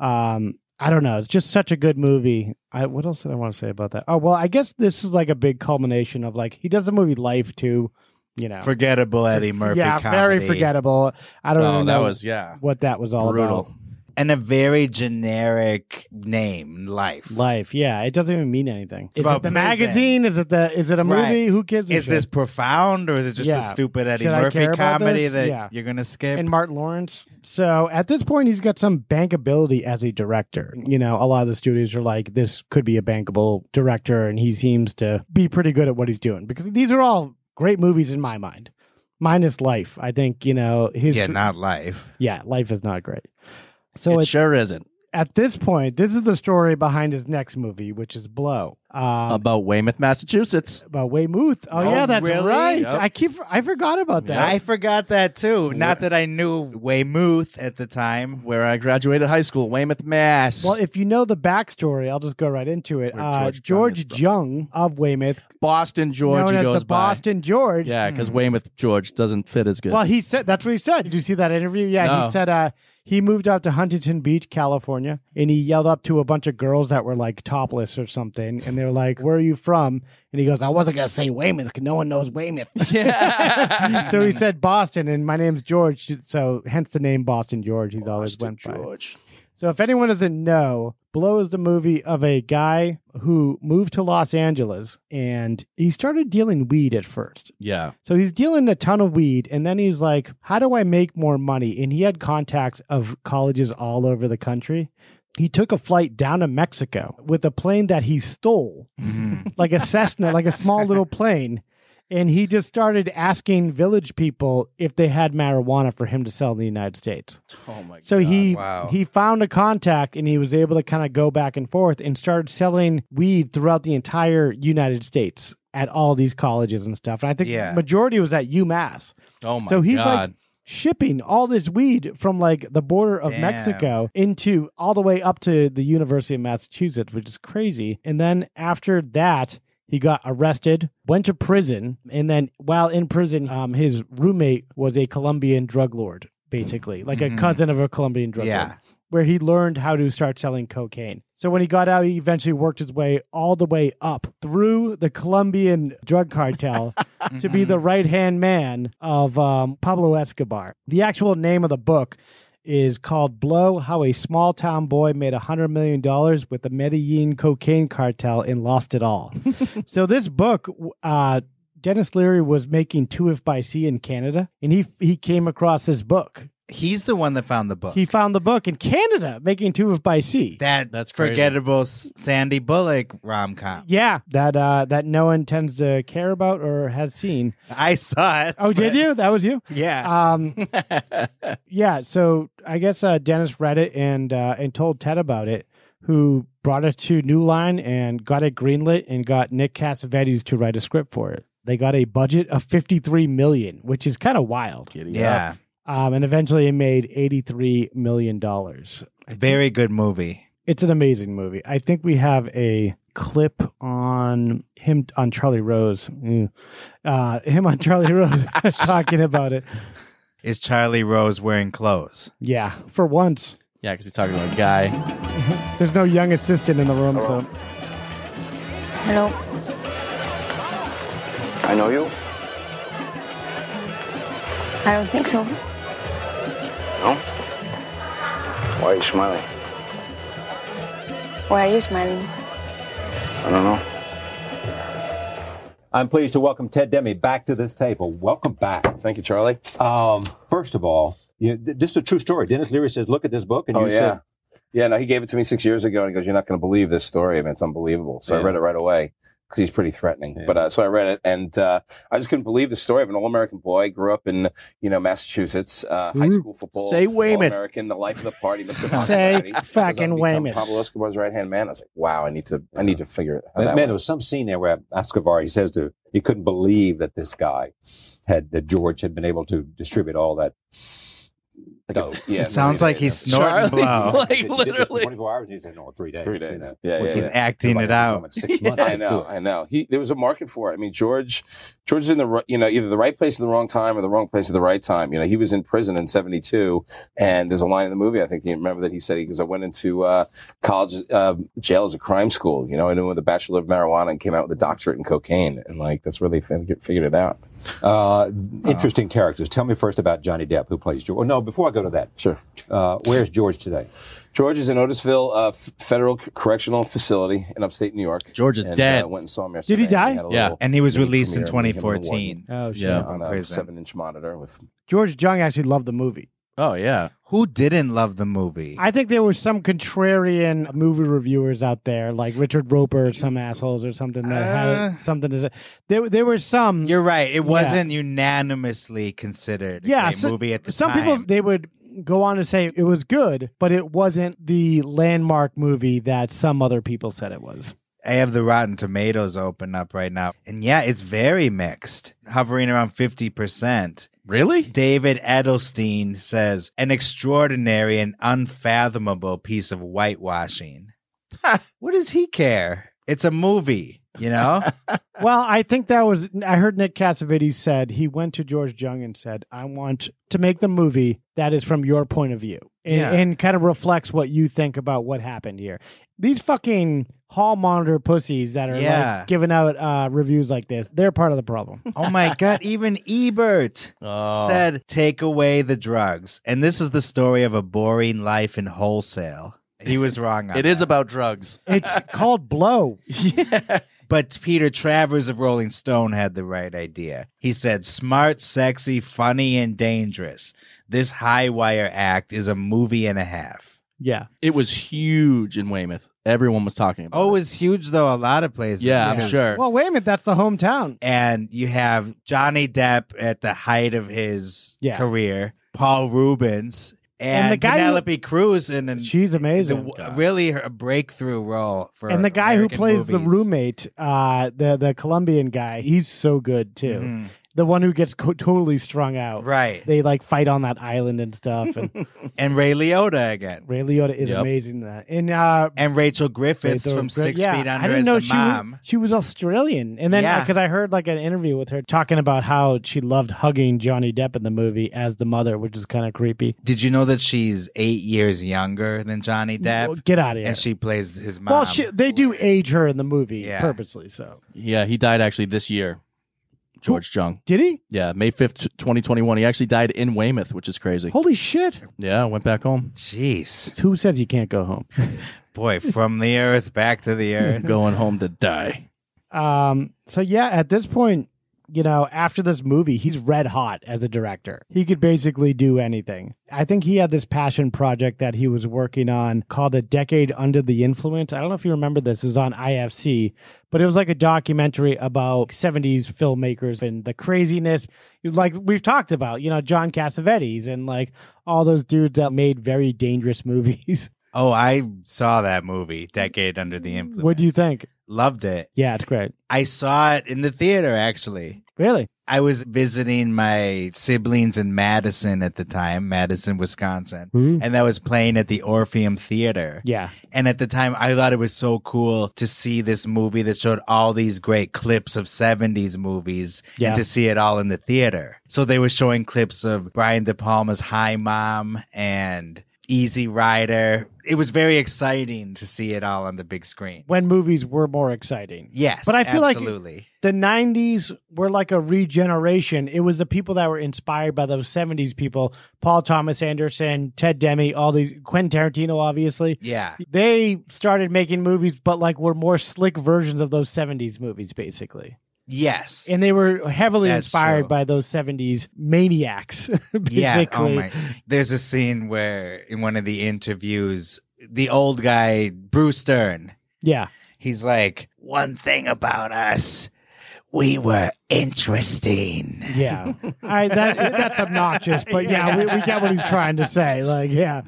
Speaker 1: guy. Um, I don't know. It's just such a good movie. I what else did I want to say about that? Oh well, I guess this is like a big culmination of like he does the movie Life too. You know,
Speaker 12: forgettable eddie murphy
Speaker 1: yeah,
Speaker 12: comedy.
Speaker 1: very forgettable. I don't
Speaker 11: Oh,
Speaker 1: really
Speaker 11: that
Speaker 1: know
Speaker 11: was- yeah.
Speaker 1: what that was all
Speaker 11: Brutal.
Speaker 1: about.
Speaker 12: and a very generic name life
Speaker 1: Life, yeah, it doesn't even mean anything.
Speaker 12: It's
Speaker 1: is
Speaker 12: about
Speaker 1: it the
Speaker 12: prison.
Speaker 1: magazine? Is it the is it a movie?
Speaker 12: Right.
Speaker 1: Who gives a
Speaker 12: is
Speaker 1: shit?
Speaker 12: this profound or is it just
Speaker 1: Yeah.
Speaker 12: a stupid eddie
Speaker 1: Should I
Speaker 12: murphy
Speaker 1: care about
Speaker 12: comedy
Speaker 1: this?
Speaker 12: that
Speaker 1: Yeah.
Speaker 12: you're gonna skip
Speaker 1: and Martin Lawrence. So at this point, he's got some bankability as a director. You know, a lot of the studios are like, this could be a bankable director, and he seems to be pretty good at what he's doing because these are all great movies in my mind. Minus Life, I think you know his.
Speaker 12: yeah not life
Speaker 1: Yeah, Life is not great. So
Speaker 11: it
Speaker 1: it's
Speaker 11: sure isn't.
Speaker 1: at this point, this is the story behind his next movie, which is Blow. Um,
Speaker 11: about Weymouth, Massachusetts.
Speaker 1: about Weymouth. Oh, yeah, that's
Speaker 12: really?
Speaker 1: right.
Speaker 12: Yep.
Speaker 1: I keep I forgot about that.
Speaker 12: I forgot that too. Not that I knew Weymouth at the time.
Speaker 11: Where I graduated high school, Weymouth, Mass.
Speaker 1: Well, if you know the backstory, I'll just go right into it.
Speaker 11: Where
Speaker 1: Uh,
Speaker 11: George Jung is
Speaker 1: George Jung of Weymouth,
Speaker 11: Boston George
Speaker 1: known
Speaker 11: he
Speaker 1: as
Speaker 11: goes
Speaker 1: the
Speaker 11: by.
Speaker 1: Boston George.
Speaker 12: Mm-hmm.
Speaker 11: Yeah, because Weymouth George doesn't fit as good.
Speaker 1: Well, he said that's what he said. Did you see that interview? Yeah,
Speaker 11: No.
Speaker 1: he said uh, He moved out to Huntington Beach, California, and he yelled up to a bunch of girls that were like topless or something. And they were like, Where are you from? And he goes, I wasn't going to say Weymouth 'cause no one knows Weymouth. Yeah. (laughs) so he said Boston, and my name's George. So hence the name Boston George. He's always went by. George. So if anyone doesn't know, Blow is the movie of a guy who moved to Los Angeles and he started dealing weed at first.
Speaker 11: Yeah.
Speaker 1: So he's dealing a ton of weed, and then he's like, "How do I make more money?" And he had contacts of colleges all over the country. He took a flight down to Mexico with a plane that he stole, (laughs) like a Cessna, like a small little plane. And he just started asking village people if they had marijuana for him to sell in the United States.
Speaker 11: Oh my
Speaker 1: So he
Speaker 11: Wow.
Speaker 1: he found a contact and he was able to kind of go back and forth and started selling weed throughout the entire United States at all these colleges and stuff. And I think
Speaker 11: Yeah.
Speaker 1: majority was at UMass.
Speaker 11: Oh my
Speaker 1: so he's
Speaker 11: God.
Speaker 1: like shipping all this weed from like the border of
Speaker 11: Damn.
Speaker 1: Mexico into all the way up to the University of Massachusetts, which is crazy. And then after that, he got arrested, went to prison, and then while in prison, um, his roommate was a Colombian drug lord, basically, like a
Speaker 12: Mhm.
Speaker 1: cousin of a Colombian drug
Speaker 12: Yeah.
Speaker 1: lord, where he learned how to start selling cocaine. So when he got out, he eventually worked his way all the way up through the Colombian drug cartel to be the right hand man of um, Pablo Escobar. The actual name of the book is called Blow How a Small Town Boy Made $100 Million with the Medellin Cocaine Cartel and Lost It All. so, this book, uh, Dennis Leary was making Two If By Sea in Canada, and he, he came across this book.
Speaker 12: He's the one that found the book.
Speaker 1: He found the book in Canada, making Two If By Sea.
Speaker 12: that that's forgettable S- Sandy Bullock rom com.
Speaker 1: Yeah, that uh, that no one tends to care about or has seen.
Speaker 12: (laughs) I saw it.
Speaker 1: Oh, did you? That was you.
Speaker 12: Yeah.
Speaker 1: Um,
Speaker 12: (laughs)
Speaker 1: yeah. So I guess uh, Dennis read it and uh, and told Ted about it, who brought it to New Line and got it greenlit and got Nick Cassavetes to write a script for it. They got a budget of fifty three million, which is kind of wild.
Speaker 12: Yeah.
Speaker 1: Um, and eventually it made eighty three million dollars.
Speaker 12: Very good movie.
Speaker 1: It's an amazing movie. I think we have a clip on him on Charlie Rose. Mm. Uh, him on
Speaker 12: (laughs)
Speaker 1: Charlie Rose talking about it.
Speaker 12: Is Charlie Rose wearing clothes?
Speaker 1: Yeah, for once.
Speaker 11: Yeah, because he's talking about a guy.
Speaker 1: There's no young assistant in the room, so
Speaker 18: Hello.
Speaker 17: I know you.
Speaker 18: I don't think so.
Speaker 17: No? Why are you smiling?
Speaker 18: Why are you smiling?
Speaker 17: I don't know.
Speaker 19: I'm pleased to welcome Ted Demi back to this table. Welcome back. Thank you, Charlie. Um, first of all, you, th- this is a true story. Dennis Leary says, "Look at this book," and
Speaker 13: oh
Speaker 19: you
Speaker 13: yeah,
Speaker 19: said,
Speaker 13: yeah. No, he gave it to me six years ago, and he goes, "You're not going to believe this story. I mean, it's unbelievable." So I
Speaker 19: Yeah.
Speaker 13: read it right away because he's pretty threatening. But uh, so I read it, and uh, I just couldn't believe the story of an all-American boy grew up in you know Massachusetts, uh, high
Speaker 1: Ooh.
Speaker 13: school football,
Speaker 1: Say Weymouth.
Speaker 13: American, the life of the
Speaker 1: (laughs)
Speaker 13: party, Mr.
Speaker 1: say
Speaker 13: Popularity, goes on to
Speaker 1: fucking
Speaker 13: become
Speaker 1: Weymouth.
Speaker 13: Pablo Escobar's right-hand man. I was like, "Wow, I need to, I need to figure out."
Speaker 19: "Man, there was some scene there where Escobar he says to he couldn't believe that this guy had that George had been able to distribute all that." dope."
Speaker 12: It sounds like he's snorting
Speaker 13: (laughs)
Speaker 12: blow.
Speaker 19: He did this for 24 hours. He's in all three days.
Speaker 13: Three
Speaker 19: you
Speaker 13: days.
Speaker 19: know.
Speaker 13: Yeah, yeah,
Speaker 12: He's
Speaker 13: yeah.
Speaker 12: acting it out.
Speaker 13: six (laughs) months. I know, I know. He there was a market for it. I mean, George, George is in the ri- you know either the right place at the wrong time or the wrong place at the right time. You know, he was in prison in '72, and there's a line in the movie I think do you remember that he said he goes, "I went into uh, college uh, jail as a crime school." You know, I went with a bachelor of marijuana and came out with a doctorate in cocaine, and like that's where they fig- figured it out.
Speaker 19: Uh, interesting characters. Tell me first about Johnny Depp, who plays George. Oh, no, before I go to that,
Speaker 13: sure.
Speaker 19: Uh, where's George today?
Speaker 13: George is in Otisville uh, F- Federal Correctional Facility in upstate New York. George
Speaker 12: is dead.
Speaker 13: went and saw him
Speaker 1: Did
Speaker 13: yesterday.
Speaker 1: he die?
Speaker 13: had a
Speaker 12: Yeah.
Speaker 13: little
Speaker 12: And he was
Speaker 13: mini
Speaker 12: released in
Speaker 13: premiere with him the
Speaker 12: 2014.
Speaker 13: warden.
Speaker 1: Oh, shit. Yeah,
Speaker 13: on
Speaker 1: from
Speaker 13: a
Speaker 1: prison.
Speaker 13: seven-inch monitor with
Speaker 1: George Jung actually loved the movie.
Speaker 11: Oh yeah.
Speaker 12: Who didn't love the movie?
Speaker 1: I think there were some contrarian movie reviewers out there, like Richard Roper, or some assholes or something that
Speaker 12: Uh.
Speaker 1: had something to say. There, there were some.
Speaker 12: You're right. It
Speaker 1: Yeah.
Speaker 12: wasn't unanimously considered a
Speaker 1: yeah,
Speaker 12: great
Speaker 1: so-
Speaker 12: movie at the
Speaker 1: some
Speaker 12: time.
Speaker 1: people they would go on to say it was good, but it wasn't the landmark movie that some other people said it was.
Speaker 12: I have the Rotten Tomatoes open up right now. And yeah, it's very mixed, hovering around 50%.
Speaker 11: Really?
Speaker 12: David Edelstein says, an extraordinary and unfathomable piece of whitewashing. what does he care? It's a movie. You
Speaker 11: (laughs)
Speaker 12: know?
Speaker 1: well, I think that was I heard Nick Cassavetes said he went to George Jung and said, "I want to make the movie that is from your point of view and,
Speaker 12: Yeah.
Speaker 1: and kind of reflects what you think about what happened here." These fucking hall monitor pussies that are
Speaker 12: Yeah.
Speaker 1: like giving out uh, reviews like this, they're part of the problem.
Speaker 12: Oh my God, even Ebert
Speaker 11: Oh.
Speaker 12: said, take away the drugs. And this is the story of a boring life in wholesale. He was wrong on
Speaker 11: (laughs) It is about drugs.
Speaker 1: It's
Speaker 12: (laughs)
Speaker 1: called Blow.
Speaker 12: But Peter Travers of Rolling Stone had the right idea. He said, smart, sexy, funny, and dangerous. This high wire act is a movie and a half.
Speaker 1: Yeah.
Speaker 11: It was huge in Weymouth. Everyone was talking about
Speaker 12: Oh, it's huge, though, a lot of places.
Speaker 11: (laughs) Yeah, I'm
Speaker 12: because-
Speaker 11: sure.
Speaker 1: Well, um, wait a minute, that's the hometown.
Speaker 12: and you have Johnny Depp at the height of his
Speaker 1: Yeah.
Speaker 12: career, Paul Rubens, and,
Speaker 1: And the guy who-
Speaker 12: Penelope Cruz in an,
Speaker 1: She's amazing.
Speaker 12: the, really her breakthrough role for
Speaker 1: and the guy who
Speaker 12: American
Speaker 1: plays the
Speaker 12: movies.
Speaker 1: roommate, uh, the the Colombian guy, he's so good too. The one who gets co- totally strung out,
Speaker 12: Mm-hmm. Right.
Speaker 1: They like fight on that island and stuff. And
Speaker 12: (laughs) and Ray Liotta again,
Speaker 1: Ray Liotta is
Speaker 12: Yep.
Speaker 1: amazing. In that and uh,
Speaker 12: and Rachel Griffiths
Speaker 1: Rachel
Speaker 12: from
Speaker 1: Gri-
Speaker 12: Six
Speaker 1: yeah,
Speaker 12: Feet Under
Speaker 1: I didn't
Speaker 12: as
Speaker 1: know
Speaker 12: the
Speaker 1: she,
Speaker 12: mom.
Speaker 1: She was Australian, and then uh,
Speaker 12: Yeah.
Speaker 1: because I heard like an interview with her talking about how she loved hugging Johnny Depp in the movie as the mother, which is kind of creepy.
Speaker 12: Did you know that she's eight years younger than Johnny Depp?
Speaker 1: get outta here.
Speaker 12: And she plays his mom.
Speaker 1: Well, she, they do age her in the movie purposely. So
Speaker 11: Yeah, he died actually this year. George Jung.
Speaker 1: did he?
Speaker 11: Yeah, May 5th, 2021. He actually died in Weymouth, which is crazy.
Speaker 1: holy shit!
Speaker 11: Yeah, went back home.
Speaker 12: Jeez.
Speaker 1: Who says you can't go home?
Speaker 12: Boy, from the earth back to
Speaker 11: (laughs)
Speaker 12: the earth.
Speaker 11: Going home to die.
Speaker 1: Um, so yeah, at this point, you know, after this movie, he's red hot as a director. He could basically do anything. I think he had this passion project that he was working on called A Decade Under the Influence. I don't know if you remember this, it was on IFC, but it was like a documentary about 70s filmmakers and the craziness like we've talked about, you know, John Cassavetes and like all those dudes that made very dangerous (laughs) movies.
Speaker 12: Oh, I saw that movie, Decade Under the Influence.
Speaker 1: what do you think?
Speaker 12: Loved it.
Speaker 1: Yeah, it's great.
Speaker 12: I saw it in the theater, actually.
Speaker 1: Really?
Speaker 12: I was visiting my siblings in Madison at the time, Madison, Wisconsin,
Speaker 1: Mhm.
Speaker 12: and that was playing at the Orpheum Theater.
Speaker 1: Yeah.
Speaker 12: And at the time, I thought it was so cool to see this movie that showed all these great clips of 70s movies
Speaker 1: Yeah.
Speaker 12: and to see it all in the theater. So they were showing clips of Brian De Palma's High Mom and Easy Rider. It was very exciting to see it all on the big screen.
Speaker 1: When movies were more exciting.
Speaker 12: Yes.
Speaker 1: But I feel like-
Speaker 12: absolutely.
Speaker 1: the 90s were like a regeneration. It was the people that were inspired by those 70s people, Paul Thomas Anderson, Ted Demi, all these Quentin Tarantino obviously.
Speaker 12: Yeah.
Speaker 1: They started making movies but like were more slick versions of those 70s movies basically.
Speaker 12: Yes.
Speaker 1: And they were (laughs) heavily
Speaker 12: That's
Speaker 1: inspired
Speaker 12: true.
Speaker 1: by those 70s maniacs (laughs) basically.
Speaker 12: Yeah. Oh my. There's a scene where in one of the interviews, the old guy, Bruce Stern,
Speaker 1: Yeah.
Speaker 12: he's like, one thing about us, we were interesting. (laughs)
Speaker 1: Yeah. I that that's obnoxious, but yeah, we, we get what he's trying to say. Like, yeah.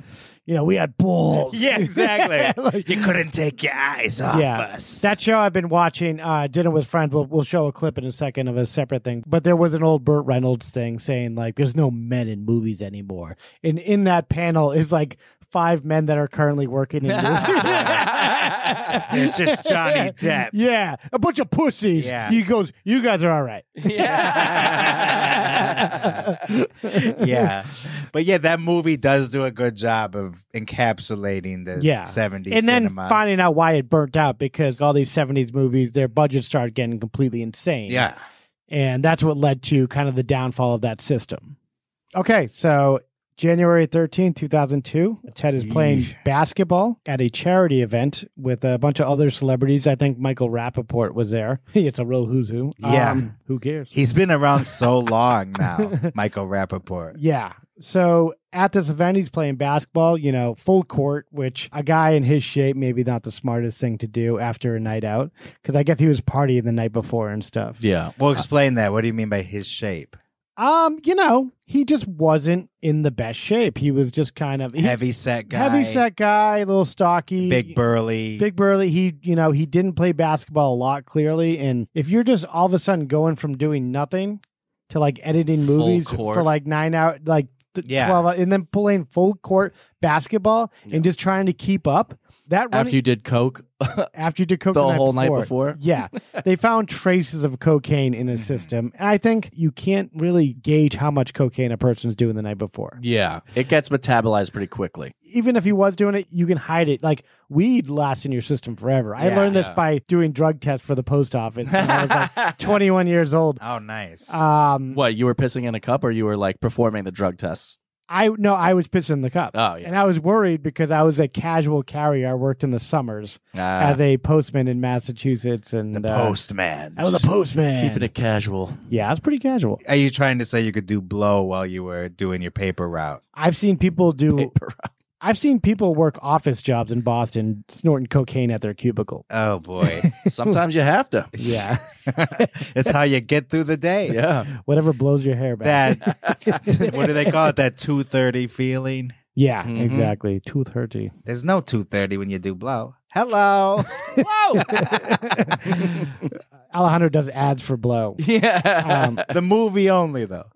Speaker 1: You know, we had balls.
Speaker 12: (laughs) Yeah, (laughs) exactly.
Speaker 1: (laughs)
Speaker 12: you couldn't take your eyes off us.
Speaker 1: That show I've been watching, uh, Dinner with Friends, we'll, we'll show a clip in a second of a separate thing. But there was an old Burt Reynolds thing saying, like, there's no men in movies anymore. And in that panel is like five men that are currently working in movies.
Speaker 12: (laughs) It's just
Speaker 1: (laughs)
Speaker 12: Johnny Depp.
Speaker 1: yeah. A bunch of pussies.
Speaker 12: Yeah.
Speaker 1: He goes, You guys are
Speaker 12: (laughs)
Speaker 1: all right. (laughs)
Speaker 12: yeah. But yeah, that movie does do a good job of encapsulating the
Speaker 1: yeah.
Speaker 12: 70s
Speaker 1: And then
Speaker 12: cinema.
Speaker 1: finding out why it burnt out because all these 70s movies, their budgets started getting completely insane.
Speaker 12: yeah.
Speaker 1: And that's what led to kind of the downfall of that system. Okay, so January thirteenth, two 2002, Ted is playing
Speaker 12: Yeesh.
Speaker 1: basketball at a charity event with a bunch of other celebrities. I think Michael Rappaport was there. (laughs) it's a real who's who.
Speaker 12: Yeah.
Speaker 1: Um, who cares?
Speaker 12: He's been around so
Speaker 1: (laughs)
Speaker 12: long now, Michael Rappaport.
Speaker 1: Yeah. So at this event, he's playing basketball, you know, full court, which a guy in his shape, maybe not the smartest thing to do after a night out, because I guess he was partying the night before and stuff.
Speaker 11: Yeah.
Speaker 12: Well, explain that. What do you mean by his shape?
Speaker 1: Um, you know, he just wasn't in the best shape. He was just kind of he,
Speaker 12: Heavy set guy.
Speaker 1: heavy set guy, a little stocky,
Speaker 12: Big burly.
Speaker 1: big burly. He, you know, he didn't play basketball a lot clearly. And if you're just all of a sudden going from doing nothing to like editing
Speaker 11: Full
Speaker 1: movies
Speaker 11: court.
Speaker 1: for like nine hour, like th-
Speaker 12: Yeah.
Speaker 1: twelve, hour- and then playing full court basketball and just trying to keep up. That
Speaker 11: After
Speaker 1: running-
Speaker 11: you did coke, (laughs)
Speaker 1: after you did coke
Speaker 11: The
Speaker 1: night
Speaker 11: whole night before? (laughs) Mm-hmm.
Speaker 1: Yeah, they found traces of cocaine in his system, and I think you can't really gauge how much cocaine a person's doing the night before.
Speaker 11: yeah, it gets metabolized pretty quickly.
Speaker 1: Even if he was doing it, you can hide it. Like weed lasts in your system forever. I
Speaker 11: Yeah.
Speaker 1: learned this
Speaker 11: Yeah.
Speaker 1: by doing drug tests for the post office when I was like 21 years old.
Speaker 12: Oh, nice.
Speaker 1: Um,
Speaker 11: What you were pissing in a cup, or you were like performing the drug tests?
Speaker 1: I no, I was pissing the cup.
Speaker 11: Oh, yeah.
Speaker 1: And I was worried because I was a casual carrier. I worked in the summers
Speaker 11: Ah.
Speaker 1: as a postman in Massachusetts, and the
Speaker 12: postman.
Speaker 1: I was a postman.
Speaker 12: Keeping it
Speaker 11: casual.
Speaker 1: Yeah, I was pretty casual.
Speaker 12: Are you trying to say you could do blow while you were doing your paper
Speaker 1: (laughs)
Speaker 12: route?
Speaker 1: I've seen people do. I've seen people work office jobs in Boston snorting cocaine at their cubicle.
Speaker 12: Oh
Speaker 1: (laughs)
Speaker 12: boy.
Speaker 11: Sometimes you have to.
Speaker 1: Yeah.
Speaker 12: (laughs) it's how you get through the
Speaker 1: (laughs)
Speaker 12: day.
Speaker 11: Yeah.
Speaker 1: Whatever blows your hair back.
Speaker 12: That
Speaker 1: (laughs)
Speaker 12: what do they call it? That two thirty feeling?
Speaker 1: Yeah,
Speaker 11: Mm-hmm.
Speaker 12: Mhm.
Speaker 1: exactly. Tooth hurty.
Speaker 12: There's no two thirty when you do blow. Hello. (laughs) Hello.
Speaker 1: Alejandro does ads for blow. Um,
Speaker 11: Yeah.
Speaker 12: the movie only though.
Speaker 1: (laughs)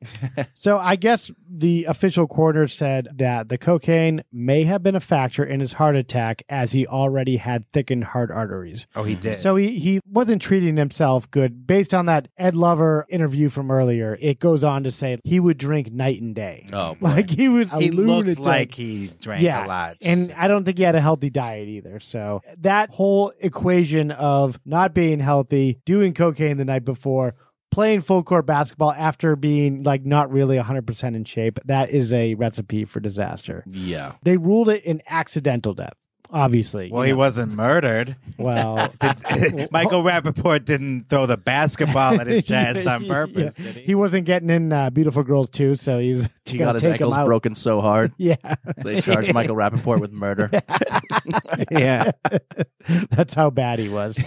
Speaker 1: So I guess the official coroner said that the cocaine may have been a factor in his heart attack as he already had thickened heart arteries.
Speaker 12: Oh, he did.
Speaker 1: So he, he wasn't treating himself good. Based on that Ed Lover interview from earlier, it goes on to say he would drink night and day.
Speaker 11: Oh,
Speaker 1: Like he was a
Speaker 12: he
Speaker 1: lunatic.
Speaker 12: looked like he drank a lot.
Speaker 1: And I don't think he had a healthy diet either. So that whole equation of not being healthy, doing cocaine the night before, playing full court basketball after being like not really 100% in shape, that is a recipe for disaster.
Speaker 11: Yeah.
Speaker 1: They ruled it an accidental death, obviously.
Speaker 12: Well,
Speaker 1: you
Speaker 12: he
Speaker 1: know.
Speaker 12: wasn't murdered. (laughs)
Speaker 1: Well, (laughs)
Speaker 12: Michael Rappaport didn't throw the basketball at his chest on
Speaker 1: Yeah.
Speaker 12: purpose. did he?
Speaker 1: He wasn't getting in uh, beautiful girls too, so he was
Speaker 11: He
Speaker 1: gonna
Speaker 11: got his
Speaker 1: take 'em
Speaker 11: ankles
Speaker 1: out.
Speaker 11: broken so hard.
Speaker 1: (laughs) Yeah.
Speaker 11: They charged
Speaker 1: (laughs)
Speaker 11: Michael Rappaport with murder.
Speaker 12: yeah.
Speaker 1: That's how bad
Speaker 12: (laughs)
Speaker 1: he was.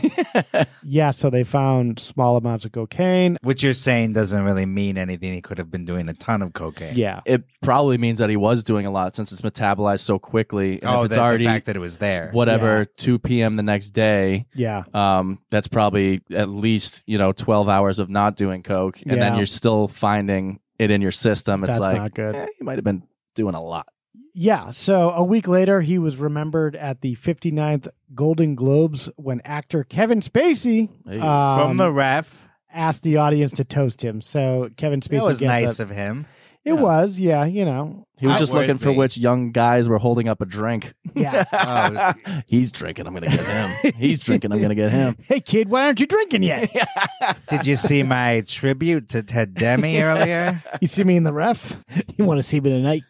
Speaker 1: yeah, so they found small amounts of cocaine.
Speaker 12: What you're saying doesn't really mean anything. He could have been doing a ton of cocaine.
Speaker 1: Yeah.
Speaker 11: It probably means that he was doing a lot since it's metabolized so quickly. And
Speaker 12: Oh,
Speaker 11: if it's
Speaker 12: the- the
Speaker 11: already
Speaker 12: fact that it was there.
Speaker 11: Whatever,
Speaker 12: Yeah.
Speaker 11: 2 p.m. the next day.
Speaker 1: Yeah.
Speaker 11: Um, that's probably at least, you know, 12 hours of not doing Coke. And then
Speaker 1: Yeah.
Speaker 11: you're still finding it in your system. It's
Speaker 1: That's
Speaker 11: like,
Speaker 1: not good.
Speaker 11: eh, you might have been doing a lot.
Speaker 1: Yeah, so a week later, he was remembered at the 59th Golden Globes when actor Kevin Spacey
Speaker 12: Hey.
Speaker 1: um,
Speaker 12: From the ref.
Speaker 1: asked the audience to toast him. So Kevin Spacey
Speaker 12: That was
Speaker 1: gets
Speaker 12: nice
Speaker 1: up.
Speaker 12: of him.
Speaker 1: It was, yeah, you know.
Speaker 11: He was
Speaker 12: Not
Speaker 11: just looking
Speaker 12: worth
Speaker 11: for
Speaker 12: me.
Speaker 11: which young guys were holding up a drink.
Speaker 1: Yeah.
Speaker 11: (laughs) He's drinking. I'm going to get him. He's drinking. I'm going to
Speaker 1: (laughs)
Speaker 11: get him.
Speaker 1: Hey, kid, why aren't you
Speaker 12: (laughs)
Speaker 1: drinking yet?
Speaker 12: Did you see my tribute to Ted
Speaker 1: (laughs)
Speaker 12: Demi earlier?
Speaker 1: You see me in the ref? (laughs) You want to see me tonight?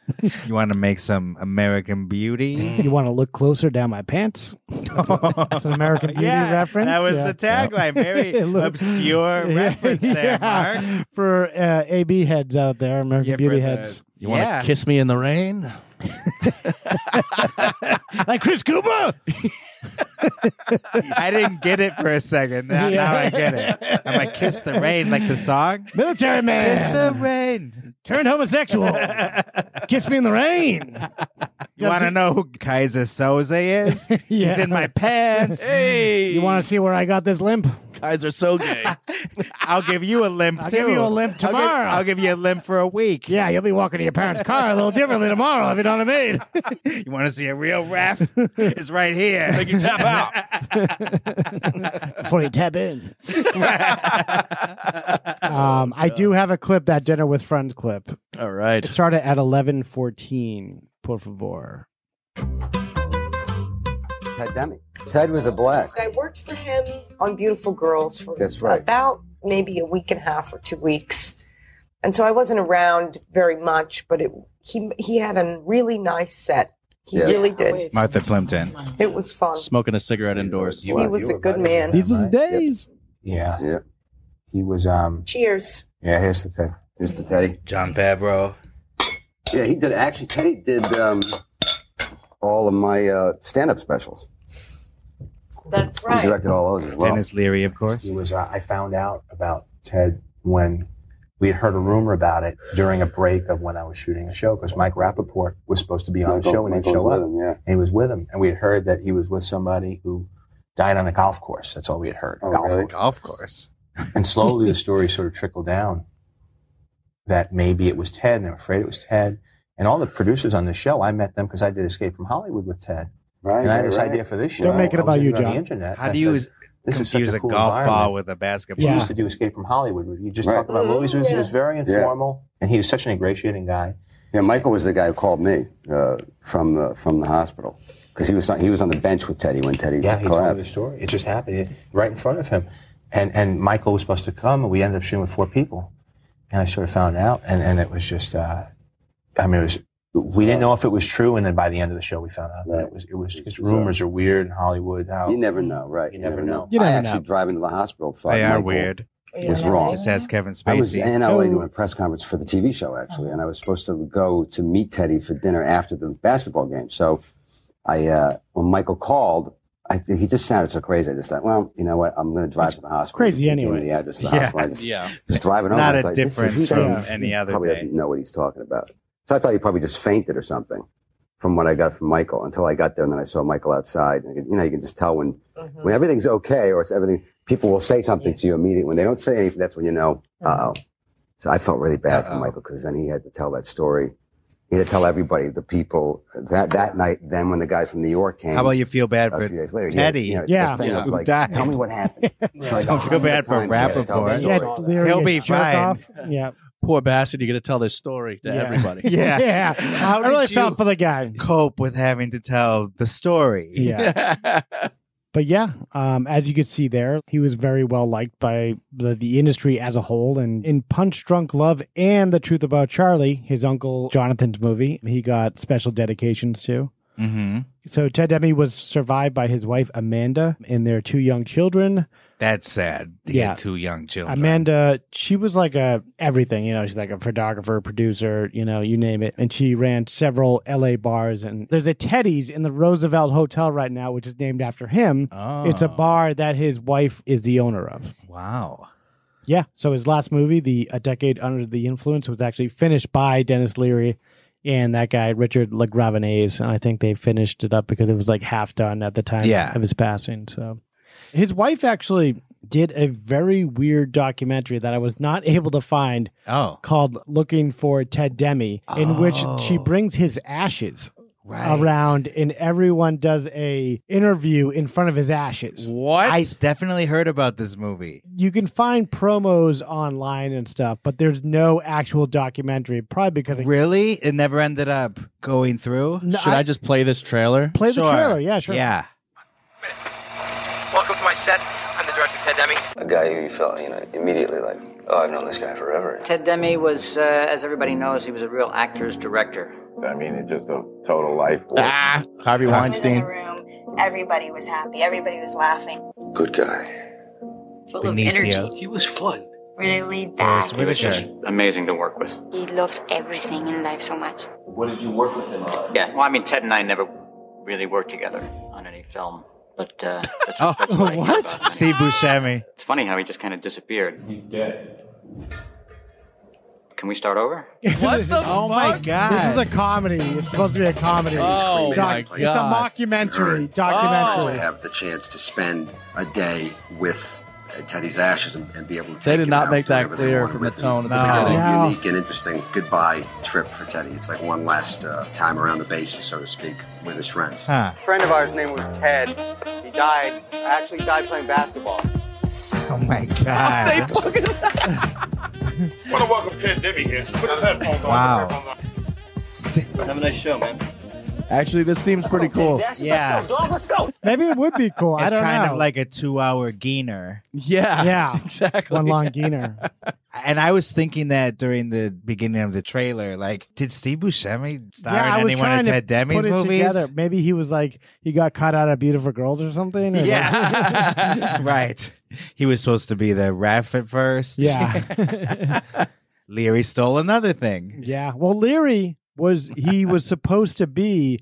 Speaker 12: You want to make some American Beauty?
Speaker 1: (laughs) You want to look closer down my
Speaker 12: (laughs)
Speaker 1: pants? That's, a- that's an American Beauty reference.
Speaker 12: That was
Speaker 1: yeah.
Speaker 12: the tagline.
Speaker 1: (laughs)
Speaker 12: Very
Speaker 1: Look.
Speaker 12: obscure
Speaker 1: (laughs) Yeah,
Speaker 12: reference there,
Speaker 1: yeah.
Speaker 12: Mark.
Speaker 1: For uh, AB heads out there, American
Speaker 12: Yeah, for
Speaker 1: Beauty
Speaker 12: the-
Speaker 1: heads.
Speaker 11: You want to
Speaker 12: Yeah.
Speaker 11: kiss me in
Speaker 12: (laughs)
Speaker 11: the rain?
Speaker 1: like
Speaker 12: (laughs)
Speaker 1: Chris Cooper.
Speaker 12: I didn't get it for a second. Now, now I get it. I'm like, kiss the rain, like the song.
Speaker 1: Military man.
Speaker 12: Kiss the rain. (laughs)
Speaker 1: Turned homosexual. Kiss me in the rain.
Speaker 12: You want to know who Kaiser Soze
Speaker 1: (laughs)
Speaker 12: is? He's in my pants.
Speaker 11: Hey.
Speaker 1: You want to see where I got this limp?
Speaker 11: Guys are so gay.
Speaker 12: I'll give you a limp
Speaker 1: I'll
Speaker 12: too.
Speaker 1: give you a limp
Speaker 12: I'll give-
Speaker 1: tomorrow.
Speaker 12: I'll give, you a limp for a week.
Speaker 1: Yeah, you'll be walking to your parents' car a little differently tomorrow if you know what I mean.
Speaker 12: You want to see a real ref? it's right here. Make you tap (laughs) out.
Speaker 1: (laughs) Before you tap in. (laughs) um, I do have a clip that dinner with friends clip.
Speaker 11: All right.
Speaker 1: It started at eleven fourteen. Por favor.
Speaker 17: Ted Demi. Ted was a blast.
Speaker 20: I worked for him on Beautiful Girls for
Speaker 17: That's right.
Speaker 20: about maybe a week and a half or two weeks. And so I wasn't around very much, but it, he he had a really nice set. (laughs) He
Speaker 12: Yeah.
Speaker 20: really did.
Speaker 12: Martha Plimpton.
Speaker 20: It was fun.
Speaker 11: Smoking a cigarette indoors.
Speaker 20: He was a good man.
Speaker 1: These is days.
Speaker 21: Yeah. Yeah. He was um
Speaker 20: Cheers.
Speaker 21: yeah, here's the thing.
Speaker 17: Here's the Teddy.
Speaker 21: John Favreau.
Speaker 17: Yeah, he did. Actually, Teddy did um, all of my uh, stand-up specials.
Speaker 20: That's
Speaker 17: He directed all those as well.
Speaker 12: Dennis Leary, of course.
Speaker 21: He was uh, I found out about Ted when we had heard a rumor about it during a break of when I was shooting a show because Mike Rappaport was supposed to be on the
Speaker 17: Michael-
Speaker 21: show and
Speaker 17: Michael
Speaker 21: didn't show
Speaker 17: was
Speaker 21: up.
Speaker 17: with him, yeah.
Speaker 21: And he was with him. And we had heard that he was with somebody who died on a golf course. That's all we had heard.
Speaker 17: Oh,
Speaker 21: golf
Speaker 17: really?
Speaker 12: Golf course.
Speaker 21: And
Speaker 12: (laughs)
Speaker 21: slowly the story sort of trickled down that maybe it was Ted and they were afraid it was Ted. And all the producers on the show, I met them because I did Escape from Hollywood with Ted.
Speaker 12: Right,
Speaker 21: And I
Speaker 12: right,
Speaker 21: had this
Speaker 12: right.
Speaker 21: idea for this show.
Speaker 12: Don't make it
Speaker 21: I was
Speaker 12: about you,
Speaker 21: looking on
Speaker 12: John.
Speaker 21: The internet,
Speaker 12: How
Speaker 21: and
Speaker 12: do
Speaker 21: I
Speaker 12: you
Speaker 21: said,
Speaker 12: is-
Speaker 21: this is such
Speaker 12: confuse a
Speaker 21: cool
Speaker 12: golf ball
Speaker 21: environment."
Speaker 12: with a
Speaker 21: We
Speaker 12: basketball?
Speaker 21: used to do Escape from Hollywood. where You just
Speaker 12: Right.
Speaker 21: talk
Speaker 3: Mm-hmm.
Speaker 21: about movies. It was, it was very
Speaker 12: Yeah.
Speaker 21: informal, and he was such an ingratiating guy.
Speaker 3: Yeah, Michael was the guy who called me uh, from the from the hospital because he was on, he was on the bench with Teddy when Teddy
Speaker 21: Yeah, he told me the
Speaker 3: collapsed.
Speaker 21: story. It just happened it- right in front of him. And and Michael was supposed to come, and we ended up shooting with four people. And I sort of found out, and, and it was just, uh, I mean, it was. We didn't know if it was true, and then by the end of the show, we found out that it was. It was because rumors are weird in Hollywood. How
Speaker 3: You never know, right?
Speaker 21: You never know.
Speaker 3: I actually driving to the hospital. Thought
Speaker 21: They are
Speaker 3: Michael
Speaker 21: weird.
Speaker 3: Was
Speaker 21: Yeah.
Speaker 3: wrong.
Speaker 21: Just ask Kevin
Speaker 3: I was
Speaker 21: Spacey.
Speaker 3: in LA
Speaker 21: Oh.
Speaker 3: to a press conference for the TV show actually, and I was supposed to go to meet Teddy for dinner after the basketball game. So, I uh, when Michael called, I th- he just sounded so crazy. I just thought, well, you know what? I'm going to drive to the hospital.
Speaker 1: crazy
Speaker 3: He gave me
Speaker 1: anyway.
Speaker 3: The address of the
Speaker 1: Yeah.
Speaker 3: hospital. I just-
Speaker 1: Yeah.
Speaker 3: just driving over.
Speaker 1: Not
Speaker 3: I
Speaker 1: a
Speaker 3: was this is-
Speaker 1: difference
Speaker 3: he
Speaker 1: from
Speaker 3: doesn't-
Speaker 1: any other
Speaker 3: Probably
Speaker 1: day.
Speaker 3: doesn't know what he's talking about. So I thought he probably just fainted or something from what I got from Michael until I got there and then I saw Michael outside. And I could- you know, you can just tell when when everything's okay or it's everything. People will say something to you immediately. When they don't say anything, that's when you know. Uh oh. So I felt really bad for Michael because then he had to tell that story. He had to tell everybody, the people that that night. Then when the guys from New York came,
Speaker 12: How about you feel bad
Speaker 3: a
Speaker 12: for
Speaker 3: few days later, he had-
Speaker 12: Teddy?
Speaker 3: you know, it's that thing of
Speaker 12: who
Speaker 3: like,
Speaker 12: died.
Speaker 3: tell me
Speaker 12: (laughs)
Speaker 3: what happened.
Speaker 12: Don't feel bad for Rappaport. He'll be fine.
Speaker 1: Yeah.
Speaker 11: Poor bastard, you got to tell this story to
Speaker 1: Yeah.
Speaker 11: everybody.
Speaker 12: (laughs) Yeah.
Speaker 1: (laughs) Yeah.
Speaker 12: How
Speaker 1: I really
Speaker 12: did
Speaker 1: felt
Speaker 12: you
Speaker 1: for the guy.
Speaker 12: cope with having to tell the story? (laughs)
Speaker 1: Yeah. But yeah, um, as you could see there, he was very well liked by the, the industry as a whole. And in Punch Drunk Love and The Truth About Charlie, his uncle Jonathan's movie, he got special dedications too.
Speaker 12: Mm-hmm.
Speaker 1: So Ted Demi was survived by his wife Amanda and their two young children.
Speaker 12: That's sad. He
Speaker 1: Yeah.
Speaker 12: had two young children.
Speaker 1: Amanda, she was like a everything, you know, she's like a photographer, producer, you know, you name it. And she ran several LA bars and there's a Teddy's in the Roosevelt Hotel right now, which is named after him. It's a bar that his wife is the owner of.
Speaker 12: Oh. Wow.
Speaker 1: Yeah. So his last movie, The A Decade Under the Influence, was actually finished by Dennis Leary and that guy Richard LeGravenese. And I think they finished it up because it was like half done at the time
Speaker 12: Yeah.
Speaker 1: of his passing. So his wife actually did a very weird documentary that I was not (laughs) able to find
Speaker 12: oh.
Speaker 1: called Looking for Ted Demi, in which she brings his ashes. around and everyone does a interview in front of his ashes
Speaker 12: What? I definitely heard about this movie.
Speaker 1: you can find promos online and stuff, but there's no actual documentary. Probably because it,
Speaker 12: Really? It never ended up going
Speaker 1: (laughs)
Speaker 12: through?
Speaker 1: Should I- I
Speaker 11: just play this trailer?
Speaker 1: Play the trailer, yeah, sure.
Speaker 12: Yeah.
Speaker 22: Welcome to my set. I'm the director, Ted Demi.
Speaker 23: A guy who you felt, you know, immediately like, oh, I've known this guy forever. (laughs) Ted Demi was, uh, as everybody knows, he was a real actor's director.
Speaker 24: I mean, it's just a total life.
Speaker 11: Ah, Harvey Weinstein.
Speaker 25: Everybody was happy. Everybody was laughing.
Speaker 24: Good guy.
Speaker 25: Full
Speaker 24: Benicio.
Speaker 25: He was fun.
Speaker 24: Really
Speaker 25: bad.
Speaker 24: It was just amazing to work with.
Speaker 25: He loved everything in life so much.
Speaker 24: What did you work
Speaker 1: (laughs)
Speaker 24: with him on?
Speaker 23: Yeah, well, I mean, Ted and I never really worked together on any film, but (laughs) uh, that's,
Speaker 1: (laughs)
Speaker 12: Oh,
Speaker 23: that's what I hear
Speaker 12: what?
Speaker 23: about him.
Speaker 12: Steve Buscemi.
Speaker 23: It's funny how he just kind of disappeared. He's dead. Can we start over?
Speaker 1: what the?
Speaker 12: Oh my god!
Speaker 1: This is a comedy. It's supposed to be a comedy.
Speaker 23: Oh
Speaker 1: Doc-
Speaker 23: my
Speaker 1: It's
Speaker 23: God. Oh.
Speaker 1: a mockumentary.
Speaker 3: I
Speaker 1: Documentary.
Speaker 3: Oh. have the chance to spend a day with uh, Teddy's ashes and, and be able to take
Speaker 11: They did
Speaker 3: him
Speaker 11: not
Speaker 3: out
Speaker 11: make
Speaker 3: to
Speaker 11: that
Speaker 3: wherever they
Speaker 11: clear
Speaker 3: wanted
Speaker 11: from
Speaker 3: with
Speaker 11: the
Speaker 3: him.
Speaker 11: tone of
Speaker 3: It's
Speaker 11: the
Speaker 3: kind of
Speaker 11: No.
Speaker 3: a unique and interesting goodbye trip for Teddy. It's like one last uh, time around the bases, so to speak, with his friends.
Speaker 12: Huh.
Speaker 26: A friend of ours name was Ted. He died. Actually, died playing basketball.
Speaker 12: Oh (laughs) my god!
Speaker 14: want to welcome Ted Demi here. Put his headphones on.
Speaker 12: Wow.
Speaker 14: Have a nice show, man.
Speaker 12: (laughs)
Speaker 11: Actually, this seems pretty cool.
Speaker 12: Yeah.
Speaker 1: Let's go. Maybe it would be cool. I
Speaker 12: It's
Speaker 1: don't
Speaker 12: kind
Speaker 1: know.
Speaker 12: of like a two-hour geener. (laughs)
Speaker 11: Yeah.
Speaker 1: yeah,
Speaker 11: exactly.
Speaker 1: One long geener.
Speaker 12: And I was thinking that during the beginning of the trailer, like, did Steve Buscemi star
Speaker 1: yeah, I
Speaker 12: in
Speaker 1: was
Speaker 12: anyone
Speaker 1: trying
Speaker 12: in Ted
Speaker 1: to
Speaker 12: Demi's
Speaker 1: put it
Speaker 12: movies?
Speaker 1: together. Maybe he was like he got caught out of Beautiful Girls or something. or
Speaker 12: Yeah, (laughs)
Speaker 1: like-
Speaker 12: right. He was supposed to be the ref at first.
Speaker 1: Yeah.
Speaker 12: (laughs)
Speaker 1: (laughs)
Speaker 12: Leary stole another thing.
Speaker 1: Yeah. Well, Leary was
Speaker 12: (laughs)
Speaker 1: he was supposed to be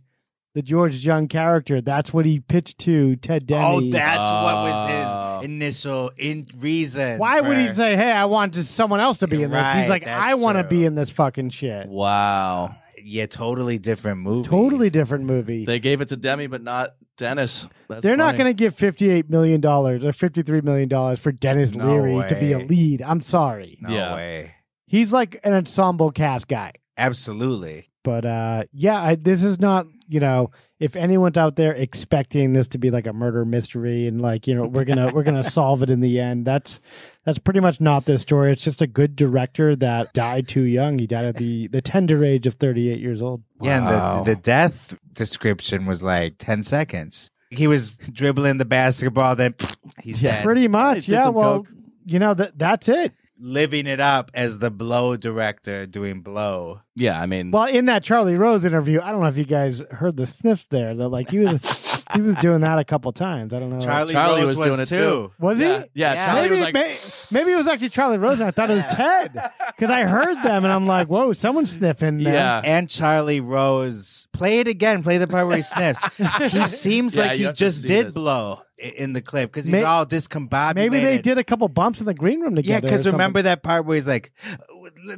Speaker 1: the George Young character. That's what he pitched to Ted Demi.
Speaker 12: Oh, that's what
Speaker 11: Oh.
Speaker 12: was his initial in reason.
Speaker 1: Why would he
Speaker 12: for-
Speaker 1: say, "Hey, I want just someone else to be in this"? He's
Speaker 12: Right,
Speaker 1: like,
Speaker 12: that's
Speaker 1: "I want to be in this fucking shit."
Speaker 11: Wow.
Speaker 12: Yeah, totally different movie.
Speaker 1: Totally different movie.
Speaker 11: They gave it to Demi, but not Dennis. That's
Speaker 1: They're not going
Speaker 11: funny.
Speaker 1: to give fifty-eight million dollars or fifty-three million dollars for Dennis
Speaker 11: No
Speaker 1: Leary to be a
Speaker 11: way.
Speaker 1: lead. I'm sorry,
Speaker 12: No way.
Speaker 1: he's like an ensemble cast guy.
Speaker 12: Absolutely.
Speaker 1: But uh, yeah, I, this is not, you know, if anyone's out there expecting this to be like a murder mystery and like, you know, we're going to
Speaker 12: (laughs)
Speaker 1: we're going to solve it in the end. That's that's pretty much not this story. It's just a good director that died too young. He died at the the tender age of 38 years old.
Speaker 12: Yeah, and the, the death description was like 10 seconds. He was dribbling the basketball, then (sniffs) he's dead.
Speaker 1: Pretty much. Yeah, well, you know, that that's it.
Speaker 12: Living it up as the blow director doing blow.
Speaker 11: Yeah, I mean,
Speaker 1: Well, in that Charlie Rose interview, I don't know if you guys heard the sniffs there. That like he was he was doing that a couple times. I don't
Speaker 11: Uh,
Speaker 1: know.
Speaker 12: Charlie Charlie Rose was was doing it too. too.
Speaker 1: Was he?
Speaker 12: Yeah. Yeah, Charlie
Speaker 1: maybe,
Speaker 12: was like-
Speaker 1: may- maybe it was actually Charlie Rose. And I thought it was Ted because I heard them and I'm like, whoa, someone's sniffing. Them.
Speaker 12: And Charlie Rose. Play it again. Play the part where he sniffs.
Speaker 1: (laughs)
Speaker 12: he seems
Speaker 1: Yeah,
Speaker 12: like
Speaker 1: you
Speaker 12: he
Speaker 1: have to
Speaker 12: just
Speaker 1: see
Speaker 12: did
Speaker 1: this.
Speaker 12: blow i- in the clip because he's
Speaker 1: May-
Speaker 12: all discombobulated.
Speaker 1: Maybe they did a couple bumps in the green room
Speaker 12: Yeah,
Speaker 1: together.
Speaker 12: because
Speaker 1: or
Speaker 12: remember that part where he's like,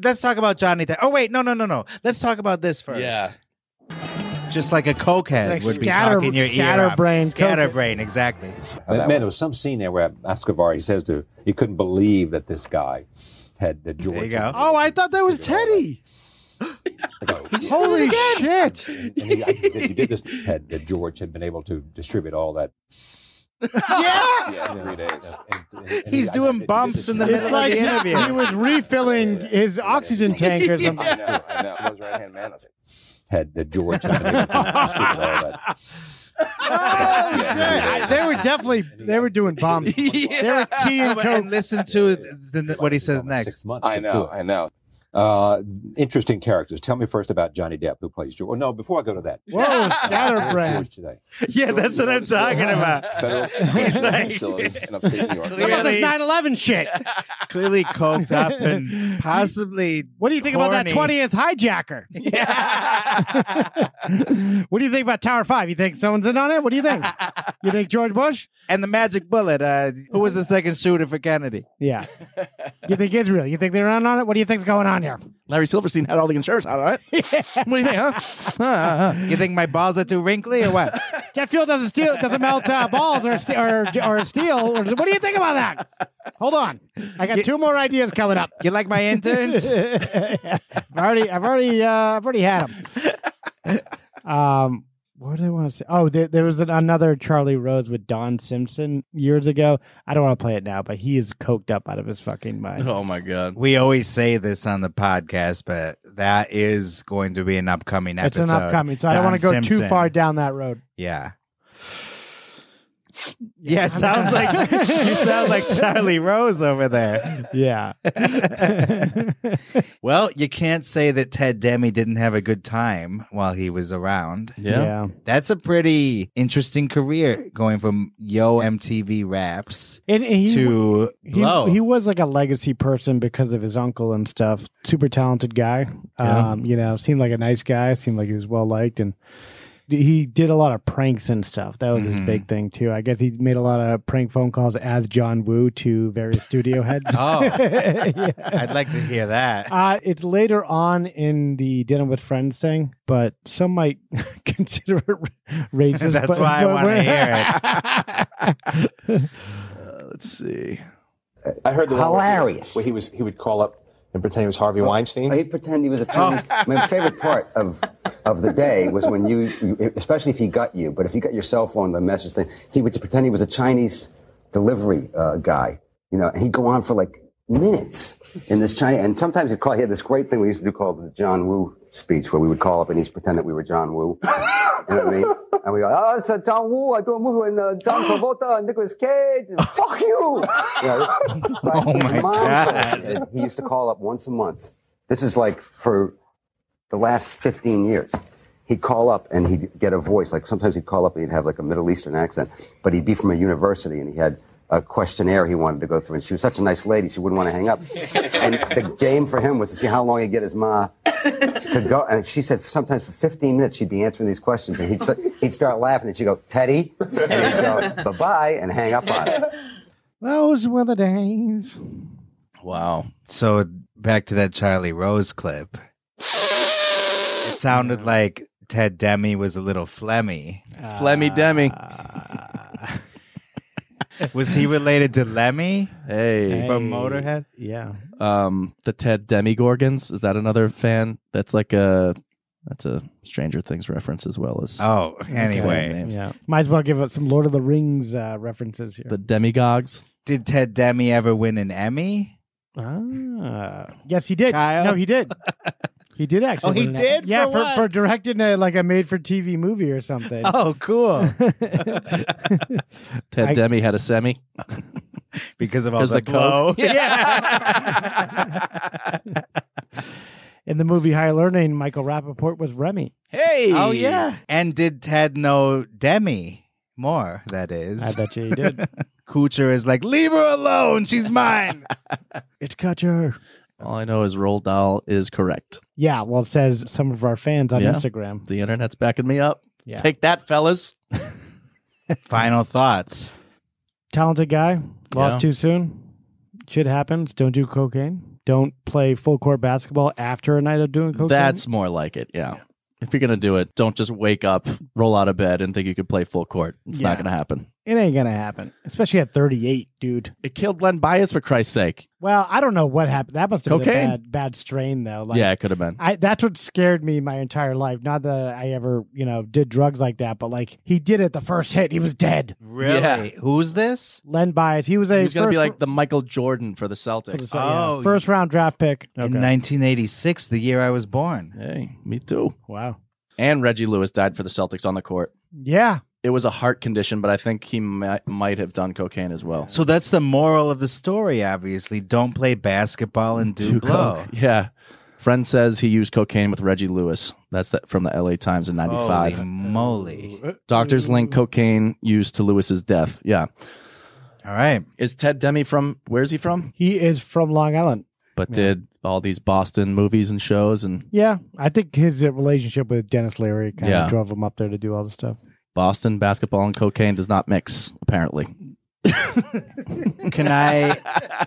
Speaker 12: let's talk about Johnny. Depp." Oh, wait. No, no, no, no. Let's talk about this first.
Speaker 11: Yeah.
Speaker 12: Just like a cokehead
Speaker 1: Like
Speaker 12: would
Speaker 1: scatter-
Speaker 12: be talking your
Speaker 1: scatterbrain
Speaker 12: ear
Speaker 1: cokehead.
Speaker 12: up. Scatterbrain, exactly.
Speaker 19: Man, there was some scene there where Escobar, he says to, he couldn't believe that this guy had the George.
Speaker 1: something. Oh, I thought that was Teddy.
Speaker 19: Oh,
Speaker 1: Holy shit!
Speaker 19: And he, I said, you did this, had that George had been able to distribute all that.
Speaker 12: (laughs)
Speaker 13: Yeah, three days.
Speaker 12: He's doing bumps in the middle
Speaker 1: It's
Speaker 12: of
Speaker 1: like
Speaker 12: the
Speaker 1: he,
Speaker 12: interview.
Speaker 1: he was refilling his oxygen
Speaker 24: (laughs)
Speaker 1: tank or something.
Speaker 13: (laughs) I know, I know. I was right hand man. I
Speaker 1: (laughs)
Speaker 13: was like,
Speaker 19: (laughs)
Speaker 13: (laughs)
Speaker 19: Had the George had been (laughs) able to distribute all that.
Speaker 1: (laughs) Yeah, (laughs) they were definitely they were doing bombs.
Speaker 12: (laughs)
Speaker 1: They were keying
Speaker 12: But-
Speaker 1: coke.
Speaker 12: And listen to the, the, what he says next.
Speaker 19: Six months. I know, I know. Uh, interesting characters. Tell me first about Johnny Depp, who plays George. Oh, no, before I go to that.
Speaker 12: (laughs)
Speaker 1: Whoa, scatterbrain.
Speaker 19: George today.
Speaker 12: Yeah, that's what I'm talking about.
Speaker 19: Federal
Speaker 12: He's
Speaker 19: (laughs) facility in upstate New York.
Speaker 1: How about this 9-11
Speaker 11: (laughs)
Speaker 1: shit?
Speaker 12: Clearly coked up
Speaker 1: (laughs)
Speaker 12: and possibly.
Speaker 1: What do you think about that
Speaker 12: corny.
Speaker 1: twentieth
Speaker 11: (laughs)
Speaker 1: hijacker? what do you think about Tower Five? You think someone's in on it? What do you think? You think George Bush?
Speaker 12: And the magic bullet. Uh, who was the second shooter for Kennedy?
Speaker 1: Yeah. You think Israel? You think they're in on it? What do you think's going on here?
Speaker 11: Larry Silverstein had all the insurance out
Speaker 1: (laughs)
Speaker 11: of it. What do you think, huh?
Speaker 12: You think my balls are too wrinkly or what?
Speaker 1: (laughs) Jet fuel doesn't steal, doesn't melt uh, balls or, st- or or steel. Or, what do you think about that? Hold on, I got two more ideas coming up.
Speaker 12: You like my
Speaker 1: (laughs)
Speaker 12: interns?
Speaker 1: I've already, I've already, uh, I've already had them. Um, what do I want to say? Oh, there, there was an, another Charlie Rose with Don Simpson years ago. I don't want to play it now, but he is coked up out of his fucking mind.
Speaker 11: Oh my god.
Speaker 12: We always say this on the podcast, but that is going to be an upcoming
Speaker 1: It's
Speaker 12: episode.
Speaker 1: an upcoming, so I don't
Speaker 12: Don
Speaker 1: want to go too
Speaker 12: Simpson.
Speaker 1: far down that road. (sighs)
Speaker 12: Yeah. Yeah, it
Speaker 1: (laughs)
Speaker 12: sounds like you sound like Charlie Rose over there. (laughs)
Speaker 1: Yeah.
Speaker 12: well, you can't say that Ted Demi didn't have a good time while he was around.
Speaker 1: Yeah. Yeah.
Speaker 12: That's a pretty interesting career going from Yo MTV Raps
Speaker 1: And, and he,
Speaker 12: to
Speaker 1: he,
Speaker 12: Blow.
Speaker 1: he was like a legacy person because of his uncle and stuff. Super talented guy.
Speaker 12: Yeah.
Speaker 1: Um, you know, seemed like a nice guy. Seemed like he was well liked, and d- he did a lot of pranks and stuff. That was his
Speaker 12: Mhm.
Speaker 1: big thing too. I guess he made a lot of prank phone calls as John Woo to
Speaker 12: (laughs)
Speaker 1: various studio heads.
Speaker 12: oh,
Speaker 1: (laughs) Yeah.
Speaker 12: I'd like to hear that.
Speaker 1: Uh, it's later on in the dinner with friends thing, but some might (laughs) consider it ra- racist.
Speaker 12: That's
Speaker 1: but-
Speaker 12: why I
Speaker 1: but
Speaker 12: want to
Speaker 1: we're-
Speaker 12: (laughs) hear
Speaker 1: it.
Speaker 11: let's see.
Speaker 2: I heard the one where he-
Speaker 3: Hilarious.
Speaker 2: Where he was, he would call up and pretend he was Harvey Weinstein.
Speaker 3: He'd
Speaker 2: (laughs)
Speaker 3: pretend he was a comic. My favorite part of of the day was when you, you- especially if he got you, but if you got your cell phone, the message thing, he would pretend he was a Chinese delivery uh, guy, you know, and he'd go on for like minutes in this Chinese. And sometimes he'd call, he had this great thing we used to do called the John Woo speech, where we would call up and he'd pretend that we were John Woo. You know what I mean? And we go, oh, it's uh, John Woo. I do a movie with uh, John Travolta and Nicolas Cage. And fuck
Speaker 12: (laughs)
Speaker 3: you. You know, this-
Speaker 12: Oh,
Speaker 3: his
Speaker 12: my
Speaker 3: mom-
Speaker 12: God.
Speaker 3: and He used to call up once a month. This is like for the last 15 years. He'd call up and he'd get a voice. Like sometimes he'd call up and he'd have like a Middle Eastern accent, but he'd be from a university and he had a questionnaire he wanted to go through. And she was such a nice lady, she wouldn't want to hang up. And the game for him was to see how long he'd get his ma to go. And she said sometimes for 15 minutes she'd be answering these questions and he'd, sa- he'd start laughing and she'd go, Teddy. And he'd go, bye bye, and hang up on it.
Speaker 1: (laughs) Those were the days.
Speaker 11: Wow.
Speaker 12: So back to that Charlie Rose clip. It sounded like Ted Demi was a little phlegmy.
Speaker 11: Flemmy Demi.
Speaker 1: Ah.
Speaker 12: (laughs) Was he related to Lemmy?
Speaker 11: Hey.
Speaker 12: From Motorhead?
Speaker 1: Yeah.
Speaker 11: Um, the Ted Demigorgons. Is that another fan? That's like a That's a Stranger Things reference as well as
Speaker 12: Oh,
Speaker 11: Okay.
Speaker 12: anyway.
Speaker 11: names.
Speaker 1: Yeah. Might as well give us some Lord of the Rings uh, references here.
Speaker 11: The demagogues.
Speaker 12: Did Ted Demi ever win an Emmy?
Speaker 1: Ah. Yes, he did. No, he did. He did actually.
Speaker 12: (laughs) Oh, he
Speaker 1: win an-
Speaker 12: did?
Speaker 1: Yeah,
Speaker 12: For
Speaker 1: for,
Speaker 12: what?
Speaker 1: for directing a, like a made-for-TV movie or something.
Speaker 12: Oh,
Speaker 1: (laughs)
Speaker 12: cool.
Speaker 11: Ted
Speaker 1: I-
Speaker 11: Demi had a semi
Speaker 12: (laughs) because of all
Speaker 11: the,
Speaker 12: the blow.
Speaker 11: (laughs) coke.
Speaker 12: (laughs)
Speaker 1: In the movie High Learning, Michael Rappaport was Remy.
Speaker 11: Hey.
Speaker 12: Oh yeah. And did Ted know Demi more? That is. I
Speaker 1: bet you he did.
Speaker 12: (laughs) Kuchar is like, leave her alone. She's
Speaker 11: (laughs)
Speaker 12: mine.
Speaker 1: It's Kutcher.
Speaker 11: All I know is Roll Dahl is correct.
Speaker 1: Yeah, well, it says some of our fans on
Speaker 11: Yeah.
Speaker 1: Instagram.
Speaker 11: The internet's backing me up.
Speaker 1: Yeah.
Speaker 11: Take that, fellas.
Speaker 12: (laughs) Final thoughts.
Speaker 1: Talented guy, lost
Speaker 11: Yeah.
Speaker 1: too soon. Shit happens. Don't do cocaine. Don't play full court basketball after a night of doing cocaine.
Speaker 11: That's more like it. Yeah. If you're going to do it, don't just wake up, roll out of bed, and think you could play full court. It's
Speaker 1: Yeah.
Speaker 11: not going to happen.
Speaker 1: it ain't gonna happen, especially at 38, dude.
Speaker 11: It killed Len Bias for Christ's sake.
Speaker 1: Well, I don't know what happened. That must have been
Speaker 11: Cocaine.
Speaker 1: a bad, bad strain, though. Like,
Speaker 11: yeah, it could have been.
Speaker 1: I, that's what scared me my entire life. Not that I ever, you know, did drugs like that, but like he did it the first hit, he was dead.
Speaker 12: Really?
Speaker 11: Yeah.
Speaker 12: Who's this?
Speaker 1: Len Bias, he was a
Speaker 11: He was going to be
Speaker 1: first-
Speaker 11: like the Michael Jordan for the
Speaker 1: for the-
Speaker 11: Celtics.
Speaker 1: yeah,
Speaker 12: Oh,
Speaker 1: first round draft pick.
Speaker 12: In 1986, the year I was born.
Speaker 11: Hey, me too.
Speaker 1: Wow.
Speaker 11: And Reggie Lewis died for the Celtics on the court.
Speaker 1: Yeah,
Speaker 11: It was a heart condition, but I think he might, might have done cocaine as well.
Speaker 12: So that's the moral of the story, obviously. Don't play basketball and do
Speaker 11: Do
Speaker 12: blow.
Speaker 11: coke. Yeah. Friend says he used cocaine with Reggie Lewis. That's the, from the LA Times in 95.
Speaker 12: Holy moly.
Speaker 11: Doctors link cocaine use to Lewis's death. Yeah.
Speaker 12: All right.
Speaker 11: Is Ted Demi from where's he from?
Speaker 1: he is from Long Island.
Speaker 11: But did all these Boston movies and shows and
Speaker 1: Yeah, I think his uh, relationship with Dennis Leary kind
Speaker 11: Yeah.
Speaker 1: of drove him up there to do all the stuff.
Speaker 11: Boston basketball and cocaine does not mix, apparently.
Speaker 12: Can I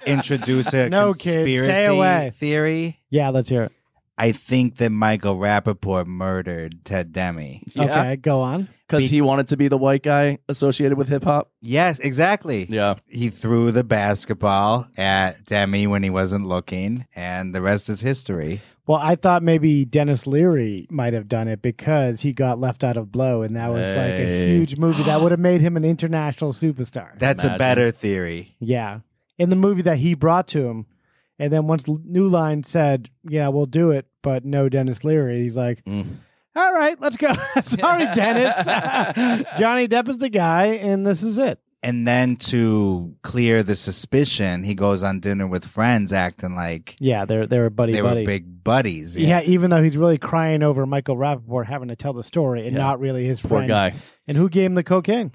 Speaker 12: introduce a
Speaker 1: No, kids, stay
Speaker 12: conspiracy
Speaker 1: away.
Speaker 12: theory?
Speaker 1: Yeah, let's hear it.
Speaker 12: I think that Michael Rappaport murdered Ted Demi.
Speaker 1: Okay, go on.
Speaker 11: Because he wanted to be the white guy associated with hip hop.
Speaker 12: Yes, exactly.
Speaker 11: Yeah.
Speaker 12: He threw the basketball at Demi when he wasn't looking, and the rest is history.
Speaker 1: Well, I thought maybe Dennis Leary might have done it because he got left out of Blow, and that was like a
Speaker 11: Hey.
Speaker 1: huge movie
Speaker 11: (gasps)
Speaker 1: that would have made him an international superstar.
Speaker 12: That's a
Speaker 11: Imagine.
Speaker 12: better theory.
Speaker 1: Yeah. In the movie that he brought to him. And then once L- New Line said, yeah, we'll do it, but no Dennis Leary, he's like,
Speaker 11: Mm.
Speaker 1: all right, let's go. (laughs) Sorry, (laughs) Dennis. Johnny Depp is the guy, and this is it.
Speaker 12: And then to clear the suspicion, he goes on dinner with friends acting like
Speaker 1: Yeah, they're, they're a buddy
Speaker 12: they
Speaker 1: buddy.
Speaker 12: were big buddies.
Speaker 1: yeah. even though he's really crying over Michael Rappaport having to tell the story and
Speaker 11: Yeah.
Speaker 1: not really his
Speaker 11: Poor
Speaker 1: friend.
Speaker 11: guy.
Speaker 1: And who gave him the cocaine?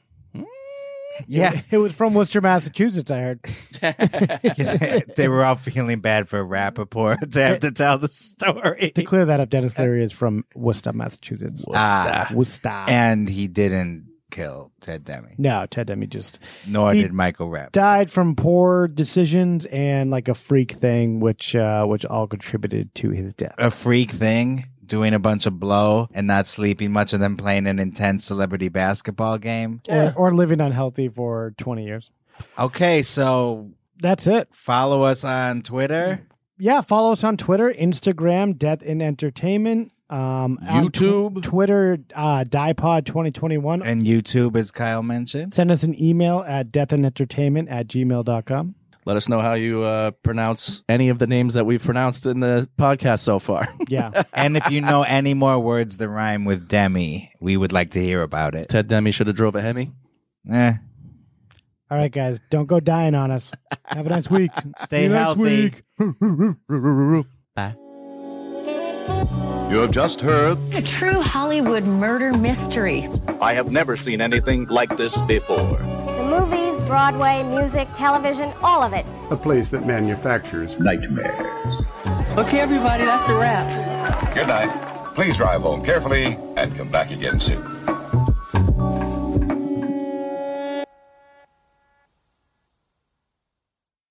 Speaker 12: Yeah.
Speaker 1: (laughs) It was from Worcester, Massachusetts, I (laughs) heard.
Speaker 12: Yeah, (laughs) they were all feeling bad for Rappaport (laughs) to have to tell the story.
Speaker 1: To clear that up, Dennis Leary is from Worcester, Massachusetts.
Speaker 12: Ah.
Speaker 1: Uh, Worcester.
Speaker 12: And he didn't kill Ted Demi,
Speaker 1: No, Ted Demi just
Speaker 12: nor
Speaker 1: He-
Speaker 12: did Michael Rapp.
Speaker 1: died from poor decisions and like a freak thing, which uh, which all contributed to his death.
Speaker 12: A freak thing, doing a bunch of blow and not sleeping much and then playing an intense celebrity basketball game.
Speaker 1: Or, or living unhealthy for twenty years.
Speaker 12: Okay, so
Speaker 1: That's it.
Speaker 12: follow us on
Speaker 11: (laughs)
Speaker 12: Twitter.
Speaker 1: Yeah, follow us on Twitter, Instagram, Death in Entertainment, um, on tw-
Speaker 12: YouTube.
Speaker 1: Twitter, uh, Dipod twenty twenty one.
Speaker 12: And YouTube, as Kyle mentioned.
Speaker 1: Send us an email at deathandentertainment at gmail.com.
Speaker 11: Let us know how you uh, pronounce any of the names that we've pronounced in the podcast so far. (laughs)
Speaker 1: Yeah.
Speaker 12: And if you know any more words that rhyme with Demi, we would like to hear about it.
Speaker 11: Ted Demi should have drove a Hemi.
Speaker 12: Eh.
Speaker 1: All right, guys. Don't go dying on us. Have a nice week.
Speaker 12: Stay
Speaker 1: See you next
Speaker 12: healthy.
Speaker 1: week. (laughs)
Speaker 5: You have just heard.
Speaker 6: A true Hollywood murder mystery.
Speaker 5: I have never seen anything like this before.
Speaker 7: The movies, Broadway, music, television, all of it.
Speaker 8: A place that manufactures nightmares. Okay, everybody, that's a wrap. Good night. Please drive home carefully and come back again soon.